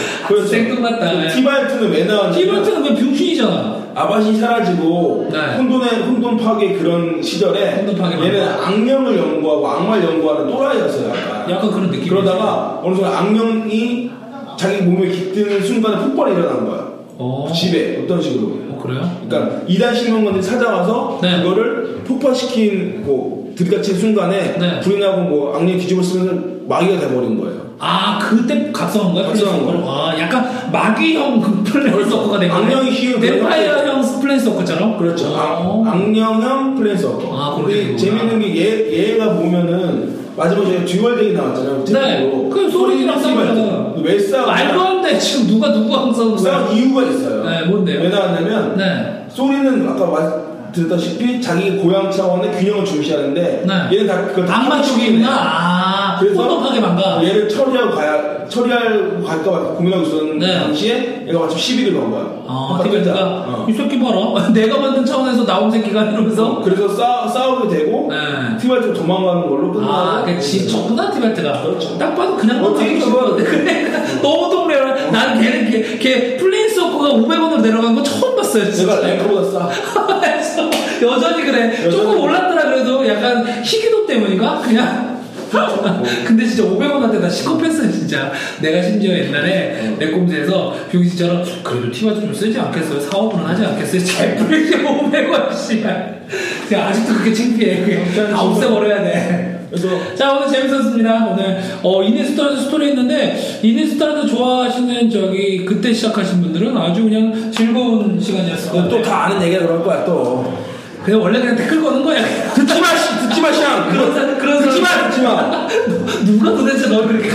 Speaker 3: 그래서
Speaker 2: 생뚱맞다. 네.
Speaker 3: 티발트는 왜 나왔냐?
Speaker 2: 티버트는 그냥 병신이잖아.
Speaker 3: 아바시 사라지고
Speaker 2: 네.
Speaker 3: 혼돈의 혼돈 파괴 그런 시절에
Speaker 2: 혼돈 파괴
Speaker 3: 얘는
Speaker 2: 맞고.
Speaker 3: 악령을 연구하고 악마를 연구하는 또라이였어요. 약간.
Speaker 2: 약간 그런 느낌이
Speaker 3: 그러다가 어느 순간 악령이 자기 몸에 깃드는 순간에 폭발이 일어난 거야.
Speaker 2: 어.
Speaker 3: 집에 어떤 식으로.
Speaker 2: 어, 그래요?
Speaker 3: 그러니까 이단 신명관들이 찾아와서
Speaker 2: 네.
Speaker 3: 그거를 폭발시킨 뭐 들이닥친 순간에
Speaker 2: 네.
Speaker 3: 불이 나고 뭐 악령이 뒤집어 쓰면서 마귀가 돼버린 거예요.
Speaker 2: 아 그때 각성한 거야?
Speaker 3: 각성한
Speaker 2: 플랜스
Speaker 3: 거야.
Speaker 2: 워커? 아 약간 마귀형 그 플랜스 워커가 된 거야?
Speaker 3: 악령이 휘은
Speaker 2: 뱀파이어형 플랜스 워커처럼?
Speaker 3: 그렇죠.
Speaker 2: 어.
Speaker 3: 악- 악령형 플랜서.
Speaker 2: 아, 그렇게
Speaker 3: 근데
Speaker 2: 되는구나.
Speaker 3: 재밌는 게 얘, 얘가 보면은 마지막에 저희 듀얼데이 나왔잖아요.
Speaker 2: 네.
Speaker 3: 제목으로.
Speaker 2: 그 소리랑
Speaker 3: 씨발,
Speaker 2: 싸우잖아.
Speaker 3: 왜 싸우냐?
Speaker 2: 말도 안 돼. 지금 누가 누구랑 싸우는 거야?
Speaker 3: 싸운 이유가 있어요.
Speaker 2: 네, 뭔데요?
Speaker 3: 왜 나왔냐면
Speaker 2: 네.
Speaker 3: 소리는 아까 말드렸다시피 자기 고향 차원의 균형을 중시하는데
Speaker 2: 네.
Speaker 3: 얘는 다 그거 다
Speaker 2: 악마
Speaker 3: 합쳐서
Speaker 2: 쪽이구나. 아 망가. 혼동하게 망가.
Speaker 3: 얘를 처리하고 가야 처리할 갈까 말까 고민하고 있었는데
Speaker 2: 네.
Speaker 3: 당시에 얘가 마침 시비를 건 거야.
Speaker 2: 어,
Speaker 3: 아까
Speaker 2: 티베트가
Speaker 3: 뺐다. 어.
Speaker 2: 이 새끼 봐라. 내가 만든 차원에서 나온 새끼가 이러면서.
Speaker 3: 그래서 싸, 싸우게 되고
Speaker 2: 네.
Speaker 3: 티바이트 도망가는 걸로 끝나고 네.
Speaker 2: 아, 그 지쳤구나 티베트가.
Speaker 3: 그렇죠.
Speaker 2: 딱 봐도 그냥
Speaker 3: 어,
Speaker 2: 똑같은
Speaker 3: 되게 어.
Speaker 2: 친구인데. 근데 너무 동네라. 난 걔는 걔, 걔 플레인스 워커가 500원으로 내려간 거 처음 봤어요. 진짜.
Speaker 3: 내가 랭크보다 싸
Speaker 2: 그래서 여전히 그래. 조금
Speaker 3: 여전히.
Speaker 2: 올랐더라 그래도 약간 희귀도 때문인가? 그냥.
Speaker 3: 뭐.
Speaker 2: 근데 진짜 500원한테 나 시커했어 진짜 내가 심지어 옛날에 내 꼼지에서 병지처럼 그래도 티가 좀 쓰지 않겠어요? 4, 5분은 하지 않겠어요? 잘 뿌리지 500원씩 제가 아직도 그렇게 창피해 그게 다 없애버려야 돼
Speaker 3: 그래서
Speaker 2: 자 오늘 재밌었습니다 오늘 어 이니스타라드 스토리 했는데 이니스타라드 좋아하시는 저기 그때 시작하신 분들은 아주 그냥 즐거운 시간이었을 것 같아요
Speaker 3: 또 다 아는 얘기가 그럴 거야 또
Speaker 2: 그냥 원래 그냥 댓글 거는 거야.
Speaker 3: 듣지 마 씨, 듣지 마 샹.
Speaker 2: 그런 사람, 그런
Speaker 3: 듣지 마
Speaker 2: 사람.
Speaker 3: 듣지 마.
Speaker 2: 누가 도대체 널 그렇게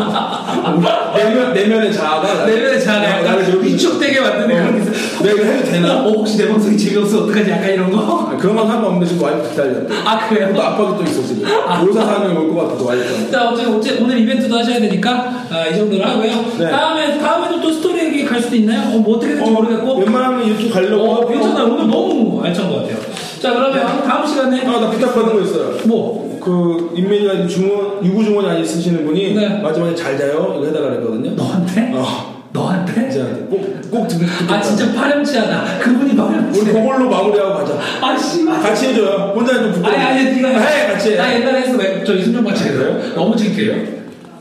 Speaker 2: 갈구냐?
Speaker 3: 내면 내면의 아. 자아가 어,
Speaker 2: 내면의 자아가
Speaker 3: 나를
Speaker 2: 약간
Speaker 3: 욕이-
Speaker 2: 위축되게 만드는
Speaker 3: 어,
Speaker 2: 그런 게 있어.
Speaker 3: 내가 이거 해도 되나?
Speaker 2: 어, 혹시 내 방송이 재미없어 어떡하지? 약간 이런 거?
Speaker 3: 아, 그런 건 상관 없는데 지금 와이프 기다려.
Speaker 2: 아, 그래요?
Speaker 3: 또 압박이 또 있어 지금. 모사 사람이 올 것 같아서 와이프.
Speaker 2: 자, 어쨌든 어째- 오늘 이벤트도 하셔야 되니까 아, 이 정도로 하고요.
Speaker 3: 네.
Speaker 2: 다음에, 다음에도 또 스토리 얘기 갈 수도 있나요? 어, 뭐 어떻게 될지 모르겠고.
Speaker 3: 웬만하면 유튜브 가려고.
Speaker 2: 어,
Speaker 3: 하고.
Speaker 2: 괜찮아요. 오늘 너무 알찬 것 같아요. 자, 그러면 다음 시간에
Speaker 3: 아, 나 부탁받은 거 있어요.
Speaker 2: 뭐?
Speaker 3: 그 인민이나 중원 유구 중원이 아직 쓰시는 분이
Speaker 2: 네.
Speaker 3: 마지막에 잘 자요 이거 해달라 그랬거든요.
Speaker 2: 너한테?
Speaker 3: 어.
Speaker 2: 너한테?
Speaker 3: 진짜 꼭꼭 듣. 듣겠다.
Speaker 2: 아, 진짜 파렴치하다. 그분이
Speaker 3: 우리
Speaker 2: 파렴치해.
Speaker 3: 그걸로 마무리하고 가자.
Speaker 2: 아, 씨발.
Speaker 3: 같이 해줘요. 혼자 좀 부끄러워.
Speaker 2: 아니 아니 네가
Speaker 3: 해 같이. 해.
Speaker 2: 나 옛날에 했어 왜 저기 순정 같이 해서
Speaker 3: 그래요?
Speaker 2: 너무 창피해요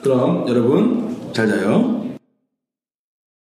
Speaker 3: 그럼 여러분 잘 자요.